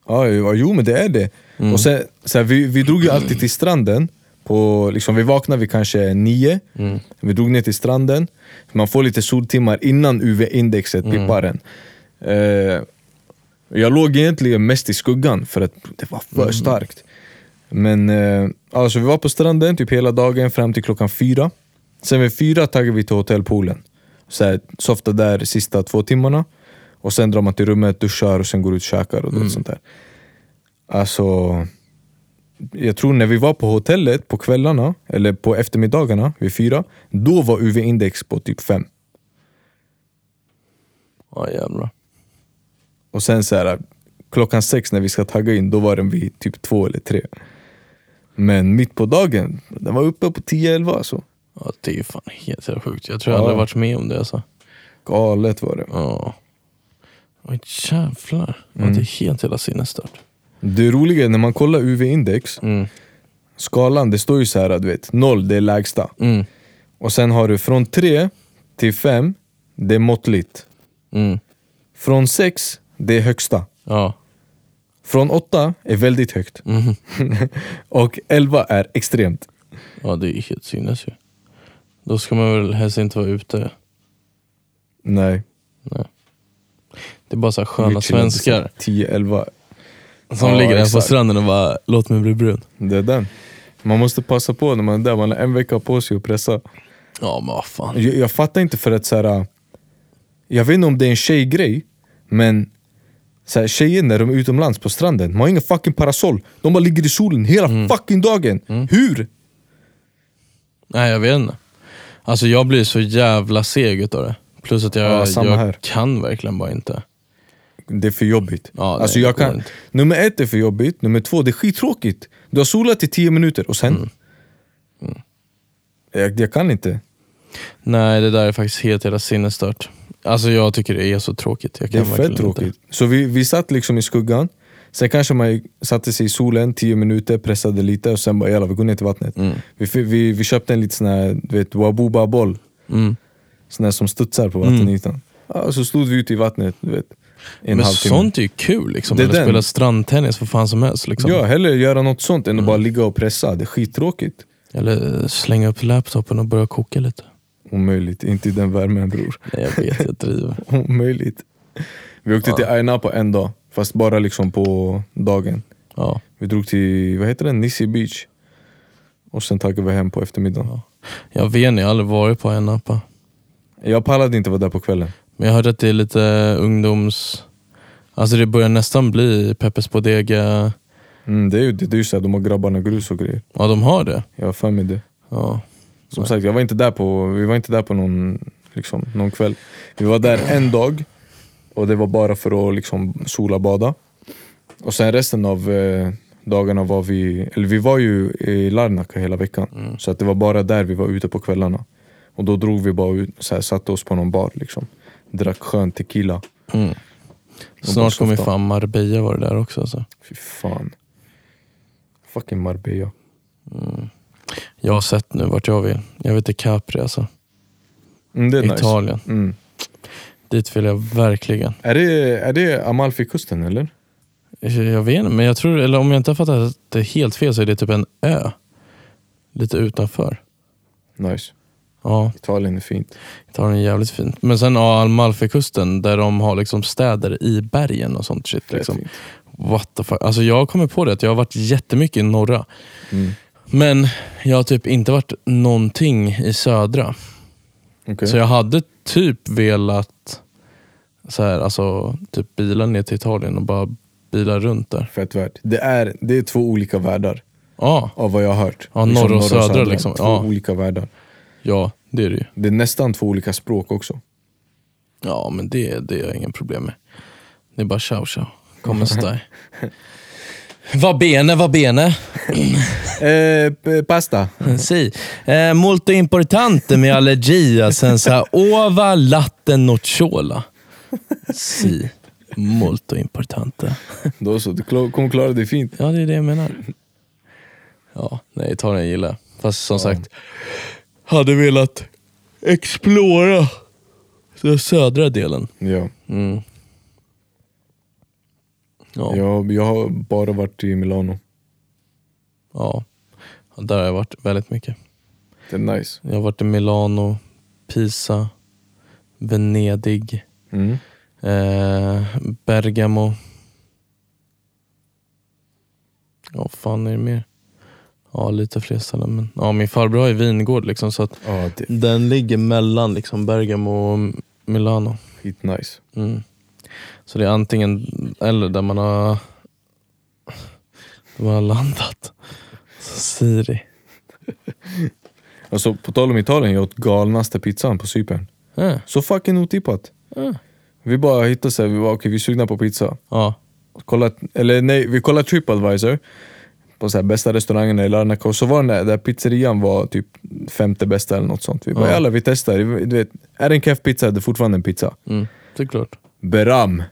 [SPEAKER 3] Ja, ja, jo men det är det. Och sen, så här, vi, vi drog ju alltid till stranden. På, liksom, vi vaknade vid kanske nio, vi drog ner till stranden. Man får lite soltimmar innan UV-indexet pippar en. Eh, jag låg egentligen mest i skuggan för att det var för starkt. Men eh, alltså, vi var på stranden typ hela dagen fram till klockan fyra. Sen vid fyra taggade vi till hotellpoolen. Så här, softa där sista två timmarna. Och sen drar man till rummet, duschar och sen går ut och käkar och mm. sånt där. Alltså, jag tror när vi var på hotellet på kvällarna, eller på eftermiddagarna vid fyra, då var UV-index på typ fem.
[SPEAKER 4] Ja jävlar.
[SPEAKER 3] Och sen så här, klockan sex när vi ska tagga in, då var den vid typ två eller tre. Men mitt på dagen, den var uppe på 10-11 alltså.
[SPEAKER 4] Ja, det är ju fan helt jävla sjukt. Jag tror jag
[SPEAKER 3] Ja.
[SPEAKER 4] aldrig varit med om det alltså.
[SPEAKER 3] Galet var det.
[SPEAKER 4] Ja. Mm. Oj jävlar. Ja, Det är helt jävla sinnesstört.
[SPEAKER 3] Det roliga är när man kollar UV-index,
[SPEAKER 4] Mm.
[SPEAKER 3] skalan det står ju så här, du vet, noll det är lägsta.
[SPEAKER 4] Mm.
[SPEAKER 3] Och sen har du från 3 till 5, det är måttligt.
[SPEAKER 4] Mm.
[SPEAKER 3] Från 6, det är högsta.
[SPEAKER 4] Ja.
[SPEAKER 3] Från 8 är väldigt högt.
[SPEAKER 4] Mhm.
[SPEAKER 3] *laughs* Och 11 är extremt.
[SPEAKER 4] ja, det är helt sinnes ju. Då ska man väl helst inte vara ute.
[SPEAKER 3] Nej.
[SPEAKER 4] Det är bara så här sköna
[SPEAKER 3] vi chillade
[SPEAKER 4] svenskar
[SPEAKER 3] 10, 11.
[SPEAKER 4] som
[SPEAKER 3] Ja,
[SPEAKER 4] ligger där på
[SPEAKER 3] exakt.
[SPEAKER 4] stranden och bara “låt mig bli brun”.
[SPEAKER 3] Det är den. Man måste passa på när man är där, man har en vecka på sig att pressa.
[SPEAKER 4] Ja men vad fan.
[SPEAKER 3] Jag, jag fattar inte för att så här. äh, Jag vet inte om det är en tjejgrej, men så här, tjejer när de är utomlands på stranden, de har ingen fucking parasoll. De bara ligger i solen hela
[SPEAKER 4] Mm.
[SPEAKER 3] fucking dagen. Hur?
[SPEAKER 4] Nej jag vet inte. Alltså jag blir så jävla seg utav det. Plus att jag,
[SPEAKER 3] Ja, samma här.
[SPEAKER 4] jag kan verkligen bara inte.
[SPEAKER 3] Det är för jobbigt.
[SPEAKER 4] Ja, nej,
[SPEAKER 3] alltså
[SPEAKER 4] det
[SPEAKER 3] jag
[SPEAKER 4] går
[SPEAKER 3] kan,
[SPEAKER 4] inte.
[SPEAKER 3] nummer ett är för jobbigt, nummer två det är skittråkigt. Du har solat i tio minuter och
[SPEAKER 4] Mm.
[SPEAKER 3] sen? Mm. Jag, jag kan inte.
[SPEAKER 4] Nej det där är faktiskt helt jävla sinnesstört. Alltså jag tycker det är så tråkigt. Jag
[SPEAKER 3] Det
[SPEAKER 4] kan
[SPEAKER 3] är fett
[SPEAKER 4] verkligen
[SPEAKER 3] tråkigt.
[SPEAKER 4] Inte.
[SPEAKER 3] Så vi, vi satt liksom i skuggan, sen kanske man satte sig i solen tio minuter, pressade lite och sen bara jävlar vi går ner till vattnet.
[SPEAKER 4] Mm.
[SPEAKER 3] Vi, fi- vi, vi köpte en liten sån här, du vet, wabuba-boll,
[SPEAKER 4] Mm.
[SPEAKER 3] sån här som studsar på vattenytan. Ja, så stod vi ute i vattnet, du vet. i En
[SPEAKER 4] Men
[SPEAKER 3] halvtimme.
[SPEAKER 4] sånt är ju kul liksom.
[SPEAKER 3] Det är
[SPEAKER 4] Eller
[SPEAKER 3] den.
[SPEAKER 4] spela strandtennis, vad fan som helst. Liksom. Mm.
[SPEAKER 3] Ja, hellre göra något sånt än att bara ligga och pressa, det är skittråkigt.
[SPEAKER 4] Eller eh, slänga upp laptopen och börja koka lite.
[SPEAKER 3] Omöjligt, inte i den värmen bror.
[SPEAKER 4] Nej, jag vet, jag driver.
[SPEAKER 3] *laughs* Omöjligt. Vi åkte till Aina på en dag, fast bara liksom på dagen.
[SPEAKER 4] *laughs* Ja.
[SPEAKER 3] Vi drog till, vad heter den, Nissi Beach. Och sen taggade vi hem på eftermiddagen.
[SPEAKER 4] Jag vet inte, jag har aldrig varit på en Napa.
[SPEAKER 3] Jag pallade inte vara där på kvällen.
[SPEAKER 4] Men jag hörde att det är lite eh, ungdoms... Alltså det börjar nästan bli Peppes Bodega.
[SPEAKER 3] Mm, det är ju det, det är ju så här, de har grabbarna grus och grejer.
[SPEAKER 4] Ja, de har det.
[SPEAKER 3] Jag har för mig det.
[SPEAKER 4] Ja.
[SPEAKER 3] Som
[SPEAKER 4] Nej.
[SPEAKER 3] sagt, jag var inte där på, vi var inte där på någon, liksom, någon kväll. Vi var där en dag och det var bara för att liksom, sola och bada. Och sen resten av eh, dagarna var vi, eller vi var ju i Larnaca hela veckan.
[SPEAKER 4] Mm.
[SPEAKER 3] Så att det var bara där vi var ute på kvällarna. Och då drog vi bara ut, så här, satte oss på någon bar liksom. Drack skön tequila.
[SPEAKER 4] Mm. Snart kommer ju fan Marbella vara där också. Alltså.
[SPEAKER 3] Fy fan. Fucking Marbella.
[SPEAKER 4] Jag har sett nu vart jag vill. Jag vill till Capri alltså.
[SPEAKER 3] Mm, det är nice.
[SPEAKER 4] Italien.
[SPEAKER 3] Mm.
[SPEAKER 4] Dit vill jag verkligen.
[SPEAKER 3] Är det, är det Amalfikusten eller?
[SPEAKER 4] Jag vet inte, men jag tror, eller om jag inte har fattat det helt fel så är det typ en ö. Lite utanför.
[SPEAKER 3] Nice.
[SPEAKER 4] Ja,
[SPEAKER 3] Italien är fint.
[SPEAKER 4] Italien är jävligt fint. Men sen ja, Amalfikusten där de har liksom städer i bergen och sånt shit.
[SPEAKER 3] Fett
[SPEAKER 4] Liksom.
[SPEAKER 3] fint.
[SPEAKER 4] What the fuck. Alltså jag har kommit på det att jag har varit jättemycket i norra.
[SPEAKER 3] Mm.
[SPEAKER 4] Men jag har typ inte varit någonting i södra.
[SPEAKER 3] Okej.
[SPEAKER 4] Så jag hade typ velat så här, alltså, typ bila ner till Italien och bara bila runt där.
[SPEAKER 3] Fett värt. Det är, det är två olika världar
[SPEAKER 4] Ja,
[SPEAKER 3] av vad jag har hört.
[SPEAKER 4] Ja, norr och södra, liksom.
[SPEAKER 3] Två
[SPEAKER 4] Ja.
[SPEAKER 3] olika världar.
[SPEAKER 4] ja det är det ju.
[SPEAKER 3] Det är nästan två olika språk också.
[SPEAKER 4] Ja, men det, det har jag inga problem med. Det är bara ciao ciao. Kommer *laughs* stai. Va bene, va bene.
[SPEAKER 3] Eh, p-
[SPEAKER 4] *laughs*
[SPEAKER 3] pasta.
[SPEAKER 4] Si. Eh, molto importante med alltså allergia senza ova latte nocciola. Si. Molto importante.
[SPEAKER 3] Då så, du klar- kommer klara dig fint.
[SPEAKER 4] Ja, det är det jag menar. Ja, nej, Italien gillar jag. Fast som sagt, hade velat explora den södra delen.
[SPEAKER 3] Ja.
[SPEAKER 4] Mm. Ja, ja.
[SPEAKER 3] Jag, jag har bara varit i Milano.
[SPEAKER 4] där har jag varit väldigt mycket.
[SPEAKER 3] Det är nice.
[SPEAKER 4] Jag har varit i Milano, Pisa, Venedig,
[SPEAKER 3] Mm.
[SPEAKER 4] eh, Bergamo. Ja, vad fan är det mer? Ja, lite fler ställen. Men... Ja, min farbror har ju vingård liksom, så att
[SPEAKER 3] Ja, det är
[SPEAKER 4] Den ligger mellan liksom Bergamo och Milano.
[SPEAKER 3] skitnice.
[SPEAKER 4] Mm. Så det är antingen eller där man har, där man har landat. Så Siri.
[SPEAKER 3] Alltså, på tal om Italien, jag åt galnaste pizzan på Cypern.
[SPEAKER 4] Äh,
[SPEAKER 3] Så fucking otippat.
[SPEAKER 4] äh.
[SPEAKER 3] Vi bara hittade såhär, vi var okej vi är sugna på pizza.
[SPEAKER 4] Ja.
[SPEAKER 3] kollat, eller nej, vi kollade Tripadvisor på så här bästa restaurangerna i Larnaca och så var den där, där pizzerian var typ femte bästa eller något sånt. Vi bara
[SPEAKER 4] Ja.
[SPEAKER 3] jalla vi testar, du vet, är det en keff pizza är det fortfarande en pizza.
[SPEAKER 4] Mm, det är klart.
[SPEAKER 3] Beram!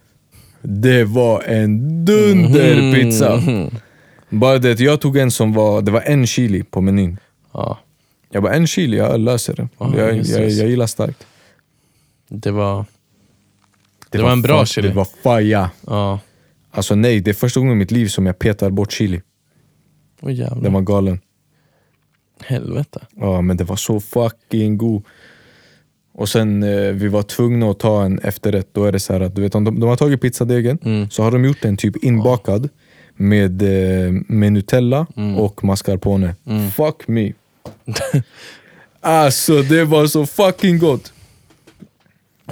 [SPEAKER 3] Det var en dunderpizza!
[SPEAKER 4] Mhm.
[SPEAKER 3] Bara det att jag tog en som var, det var en chili på menyn.
[SPEAKER 4] Ja,
[SPEAKER 3] Jag bara en chili, jag löser det.
[SPEAKER 4] Ah,
[SPEAKER 3] jag,
[SPEAKER 4] just,
[SPEAKER 3] jag,
[SPEAKER 4] just.
[SPEAKER 3] jag gillar starkt.
[SPEAKER 4] det var... Det var en bra
[SPEAKER 3] fan-
[SPEAKER 4] chili.
[SPEAKER 3] Det var faja!
[SPEAKER 4] Ja.
[SPEAKER 3] Alltså nej, det är första gången i mitt liv som jag petar bort chili.
[SPEAKER 4] Mm. Åh jävlar.
[SPEAKER 3] Den var galen.
[SPEAKER 4] Helvete.
[SPEAKER 3] Ja, men det var så fucking god. Och sen eh, vi var tvungna att ta en efterrätt. Då är det så här att du vet, om de, de har tagit pizzadegen,
[SPEAKER 4] Mm.
[SPEAKER 3] så har de gjort den typ inbakad med, eh, med Nutella och mascarpone. Fuck me. *laughs* alltså, det var så fucking gott.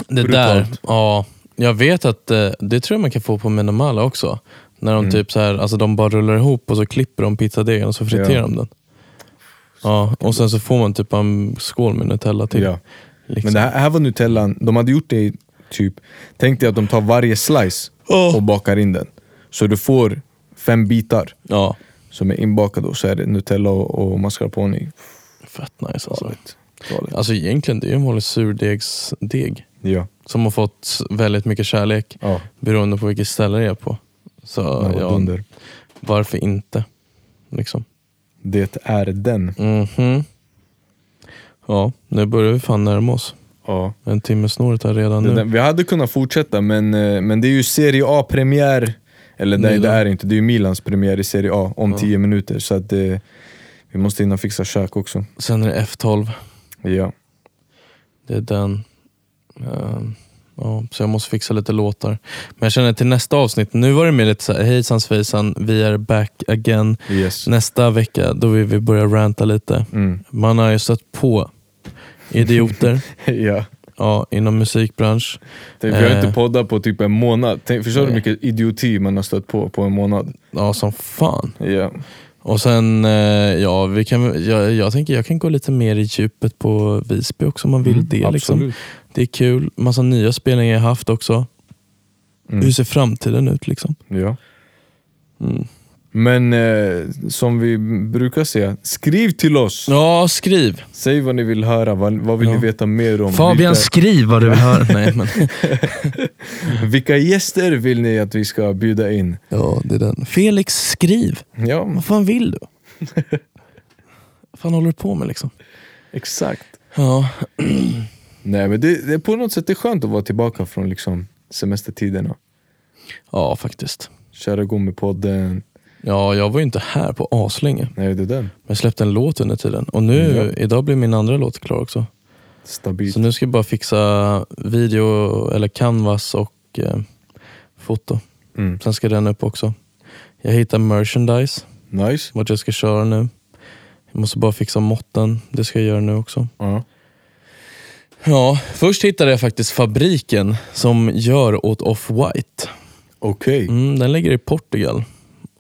[SPEAKER 4] Det där,
[SPEAKER 3] Brutalt.
[SPEAKER 4] ja. Jag vet att eh, det tror jag man kan få på Minamala också. När
[SPEAKER 3] Mm.
[SPEAKER 4] de typ så här, alltså de bara rullar ihop och så klipper de pizzadegen och så friterar
[SPEAKER 3] Ja.
[SPEAKER 4] de den. Ja, och sen så får man typ en skål med Nutella till.
[SPEAKER 3] Ja.
[SPEAKER 4] Liksom.
[SPEAKER 3] Men det här, här var Nutellan, de hade gjort det i typ... Tänk dig att de tar varje slice
[SPEAKER 4] Ja.
[SPEAKER 3] och bakar in den. Så du får fem bitar
[SPEAKER 4] ja,
[SPEAKER 3] som är inbakade och så är det Nutella och, och mascarpone i.
[SPEAKER 4] fett nice alltså.
[SPEAKER 3] Galet. Galet.
[SPEAKER 4] Alltså egentligen, det är ju en vanlig surdegsdeg
[SPEAKER 3] Ja.
[SPEAKER 4] som har fått väldigt mycket kärlek
[SPEAKER 3] ja.
[SPEAKER 4] beroende på vilket ställe det är på. Så
[SPEAKER 3] Den var
[SPEAKER 4] ja,
[SPEAKER 3] dunder.
[SPEAKER 4] varför inte? Liksom.
[SPEAKER 3] Det är den.
[SPEAKER 4] Mhm. Ja, nu börjar vi fan närma oss.
[SPEAKER 3] Ja.
[SPEAKER 4] En timme snåret här redan
[SPEAKER 3] Det är
[SPEAKER 4] nu.
[SPEAKER 3] den. Vi hade kunnat fortsätta men, eh, men det är ju Serie A-premiär. Eller nej,
[SPEAKER 4] Milan.
[SPEAKER 3] det är det inte. Det är ju Milans premiär i Serie A om 10 minuter. Så att, eh, vi Vi måste hinna fixa kök också.
[SPEAKER 4] Sen är det F12.
[SPEAKER 3] Ja.
[SPEAKER 4] Det är den. Ehm, ja, så jag måste fixa lite låtar. Men jag känner till nästa avsnitt, nu var det mer lite såhär, hejsan svejsan, vi är back again.
[SPEAKER 3] Yes.
[SPEAKER 4] Nästa vecka, då vill vi börja ranta lite.
[SPEAKER 3] Mm.
[SPEAKER 4] Man har ju stött på
[SPEAKER 3] *laughs*
[SPEAKER 4] idioter
[SPEAKER 3] ja.
[SPEAKER 4] *laughs* ja, inom musikbransch.
[SPEAKER 3] Tänk, vi har
[SPEAKER 4] Eh.
[SPEAKER 3] inte poddat på typ en månad. Tänk, förstår du hur mycket idioti man har stött på på en månad?
[SPEAKER 4] Ja, som fan.
[SPEAKER 3] Ja.
[SPEAKER 4] Och sen, eh, ja, vi kan, jag, jag tänker jag kan gå lite mer i djupet på Visby också om man vill det. Liksom. Det är kul. Massa nya spelningar jag haft också.
[SPEAKER 3] Mm.
[SPEAKER 4] Hur ser framtiden ut liksom?
[SPEAKER 3] Ja.
[SPEAKER 4] Mm.
[SPEAKER 3] Men eh, som vi brukar säga, skriv till oss!
[SPEAKER 4] Ja, skriv.
[SPEAKER 3] Säg vad ni vill höra, vad, vad vill
[SPEAKER 4] Ja.
[SPEAKER 3] ni veta mer om?
[SPEAKER 4] Fabian, skriv vad du vill höra. *laughs* Nej, men.
[SPEAKER 3] vilka, vilka gäster vill ni att vi ska bjuda in?
[SPEAKER 4] Ja, det är den. Felix, skriv.
[SPEAKER 3] Ja,
[SPEAKER 4] Vad fan vill du? vad fan håller du på med liksom?
[SPEAKER 3] exakt.
[SPEAKER 4] Ja,
[SPEAKER 3] Nej men det, det är på något sätt det är skönt att vara tillbaka från liksom semestertiderna.
[SPEAKER 4] ja faktiskt.
[SPEAKER 3] Köra igång med podden.
[SPEAKER 4] Ja, jag var ju inte här på aslänge.
[SPEAKER 3] Nej det är den.
[SPEAKER 4] Men jag släppte en låt under tiden. Och nu, idag blir min andra låt klar också.
[SPEAKER 3] Stabilt.
[SPEAKER 4] Så nu ska jag bara fixa video, eller canvas och eh, foto.
[SPEAKER 3] Mm.
[SPEAKER 4] Sen ska den upp också. Jag hittar merchandise,
[SPEAKER 3] Nice.
[SPEAKER 4] vart jag ska köra nu. Jag måste bara fixa måtten, det ska jag göra nu också.
[SPEAKER 3] Ja.
[SPEAKER 4] Ja, först hittade jag faktiskt fabriken som gör åt Off-White.
[SPEAKER 3] Okej.
[SPEAKER 4] Mm, den ligger i Portugal.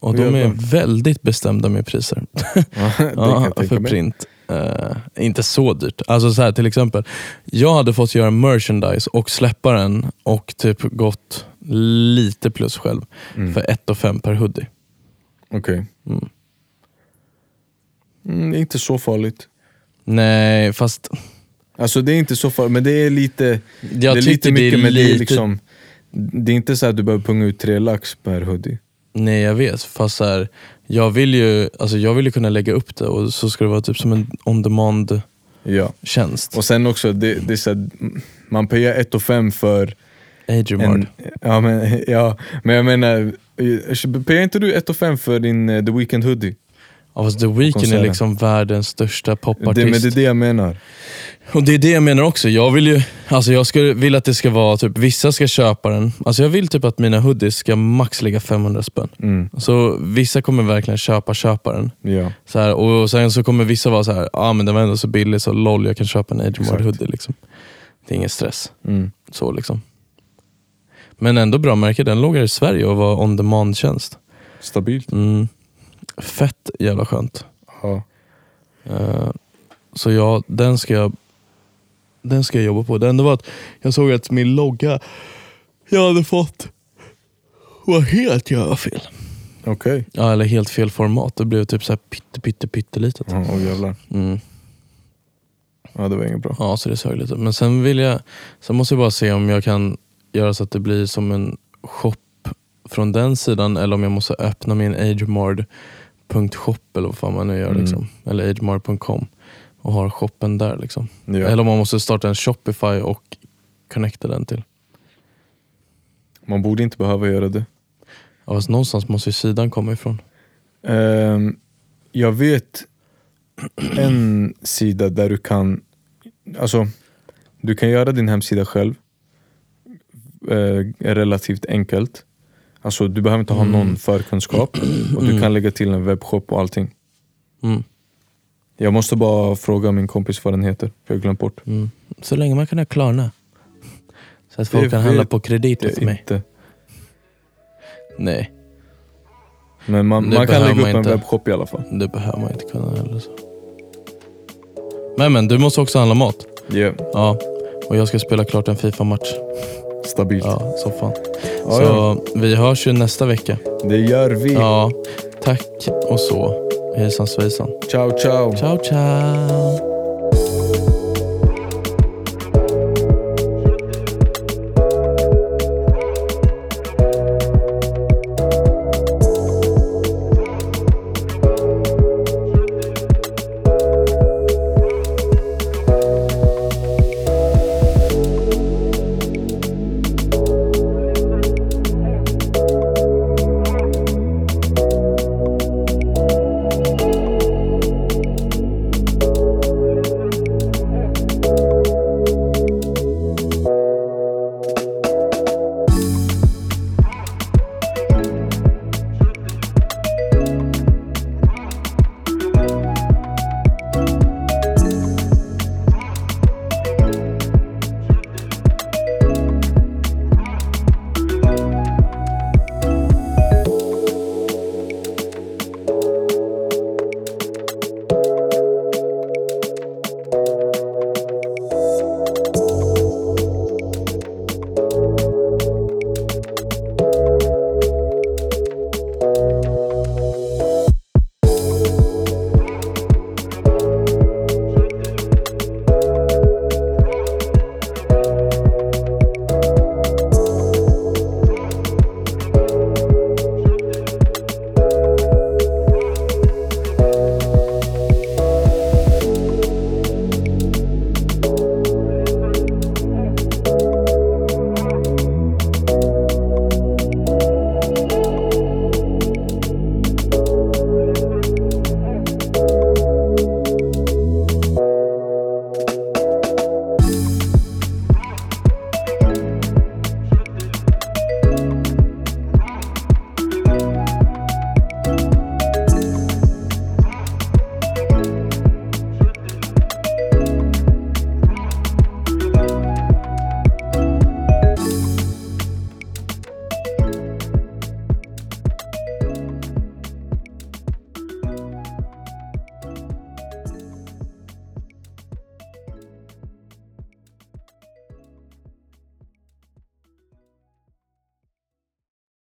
[SPEAKER 4] Och de är
[SPEAKER 3] Jävlar.
[SPEAKER 4] väldigt bestämda med priser.
[SPEAKER 3] Ja, *laughs* det kan
[SPEAKER 4] Ja,
[SPEAKER 3] jag tänka
[SPEAKER 4] för
[SPEAKER 3] mig.
[SPEAKER 4] print. Eh, inte så dyrt. Alltså så här, till exempel, jag hade fått göra merchandise och släppa den och typ gått lite plus själv
[SPEAKER 3] Mm.
[SPEAKER 4] för 1 5 per hoodie.
[SPEAKER 3] Okej.
[SPEAKER 4] Mm.
[SPEAKER 3] Mm, det är inte så farligt.
[SPEAKER 4] Nej, fast
[SPEAKER 3] Alltså det är inte så farligt, men det är lite,
[SPEAKER 4] jag
[SPEAKER 3] det är
[SPEAKER 4] tycker
[SPEAKER 3] lite mycket
[SPEAKER 4] det är
[SPEAKER 3] men det är
[SPEAKER 4] lite...
[SPEAKER 3] liksom Det är inte så att du behöver punga ut tre lax per hoodie.
[SPEAKER 4] Nej, jag vet. Fast så här, jag, vill ju, alltså, jag vill ju kunna lägga upp det och så ska det vara typ som en on-demand-tjänst.
[SPEAKER 3] Ja. Och sen också, det, det är så här, man pagar 1 5 för
[SPEAKER 4] Adrian
[SPEAKER 3] en, ja, men, ja, men jag menar, eh, pagar inte du 1 5 för din eh, The Weeknd hoodie?
[SPEAKER 4] Ja, fast The Weeknd är
[SPEAKER 3] konserten.
[SPEAKER 4] liksom världens största
[SPEAKER 3] Det, men
[SPEAKER 4] popartist.
[SPEAKER 3] det är det jag menar.
[SPEAKER 4] Och det är det jag menar också. Jag vill ju, alltså jag skulle, vill att det ska vara, typ vissa ska köpa den. Alltså jag vill typ att mina hoodies ska max ligga 500 spänn.
[SPEAKER 3] Mm,
[SPEAKER 4] Så vissa kommer verkligen köpa, köpa den.
[SPEAKER 3] ja.
[SPEAKER 4] Så här, och sen så kommer vissa vara så här, ah, men den var ändå så billig så lol, jag kan köpa en Adrian
[SPEAKER 3] Exakt.
[SPEAKER 4] hoodie. Liksom. Det är ingen stress.
[SPEAKER 3] Mm.
[SPEAKER 4] Så liksom. Men ändå bra märke, den låg här i Sverige och var on demand-tjänst.
[SPEAKER 3] Stabilt.
[SPEAKER 4] Mm. Fett jävla skönt.
[SPEAKER 3] Ja.
[SPEAKER 4] Eh, Så ja, den ska jag den ska jag jobba på. Det enda var att jag såg att min logga jag hade fått var helt jävla fel.
[SPEAKER 3] Okej.
[SPEAKER 4] Ja, eller helt fel format. Det blev typ så här pytte, pytte, pyttelitet.
[SPEAKER 3] Ja, Åh jävlar.
[SPEAKER 4] Mm.
[SPEAKER 3] Ja, det var inget bra.
[SPEAKER 4] Ja, så det sög lite. Men sen vill jag, sen måste jag bara se om jag kan göra så att det blir som en shop från den sidan eller om jag måste öppna min agemard.shop eller vad fan man nu gör.
[SPEAKER 3] Mm.
[SPEAKER 4] Liksom. Eller agemard.com och har shoppen där. liksom.
[SPEAKER 3] Ja.
[SPEAKER 4] Eller om man måste starta en Shopify och connecta den till.
[SPEAKER 3] Man borde inte behöva göra det.
[SPEAKER 4] Ja, fast någonstans måste ju sidan komma ifrån.
[SPEAKER 3] Ehm, jag vet *clears throat* en sida där du kan, alltså du kan göra din hemsida själv eh, relativt enkelt. Alltså du behöver inte ha
[SPEAKER 4] Mm.
[SPEAKER 3] någon
[SPEAKER 4] *clears throat*
[SPEAKER 3] förkunskap och du kan lägga till en webbshop och allting.
[SPEAKER 4] Mm.
[SPEAKER 3] Jag måste bara fråga min kompis vad den heter, för jag har glömt bort.
[SPEAKER 4] Mm. Så länge man kan ha Klarna. Så att
[SPEAKER 3] Det
[SPEAKER 4] folk kan handla
[SPEAKER 3] vet
[SPEAKER 4] på kredit
[SPEAKER 3] Det
[SPEAKER 4] åt
[SPEAKER 3] är
[SPEAKER 4] mig.
[SPEAKER 3] inte.
[SPEAKER 4] Nej,
[SPEAKER 3] Men man,
[SPEAKER 4] Det
[SPEAKER 3] man kan
[SPEAKER 4] behöver
[SPEAKER 3] lägga
[SPEAKER 4] man
[SPEAKER 3] upp en
[SPEAKER 4] inte.
[SPEAKER 3] webbshop i alla fall.
[SPEAKER 4] det behöver man inte kunna heller. Så. Men men, du måste också handla mat.
[SPEAKER 3] Yeah.
[SPEAKER 4] Ja, och jag ska spela klart en Fifa-match.
[SPEAKER 3] Stabilt.
[SPEAKER 4] Ja, så fan.
[SPEAKER 3] Ja,
[SPEAKER 4] Så
[SPEAKER 3] ja.
[SPEAKER 4] vi hörs ju nästa vecka.
[SPEAKER 3] Det gör vi.
[SPEAKER 4] Ja, tack och så. Hejsan svejsan.
[SPEAKER 3] Ciao ciao.
[SPEAKER 4] Ciao, ciao.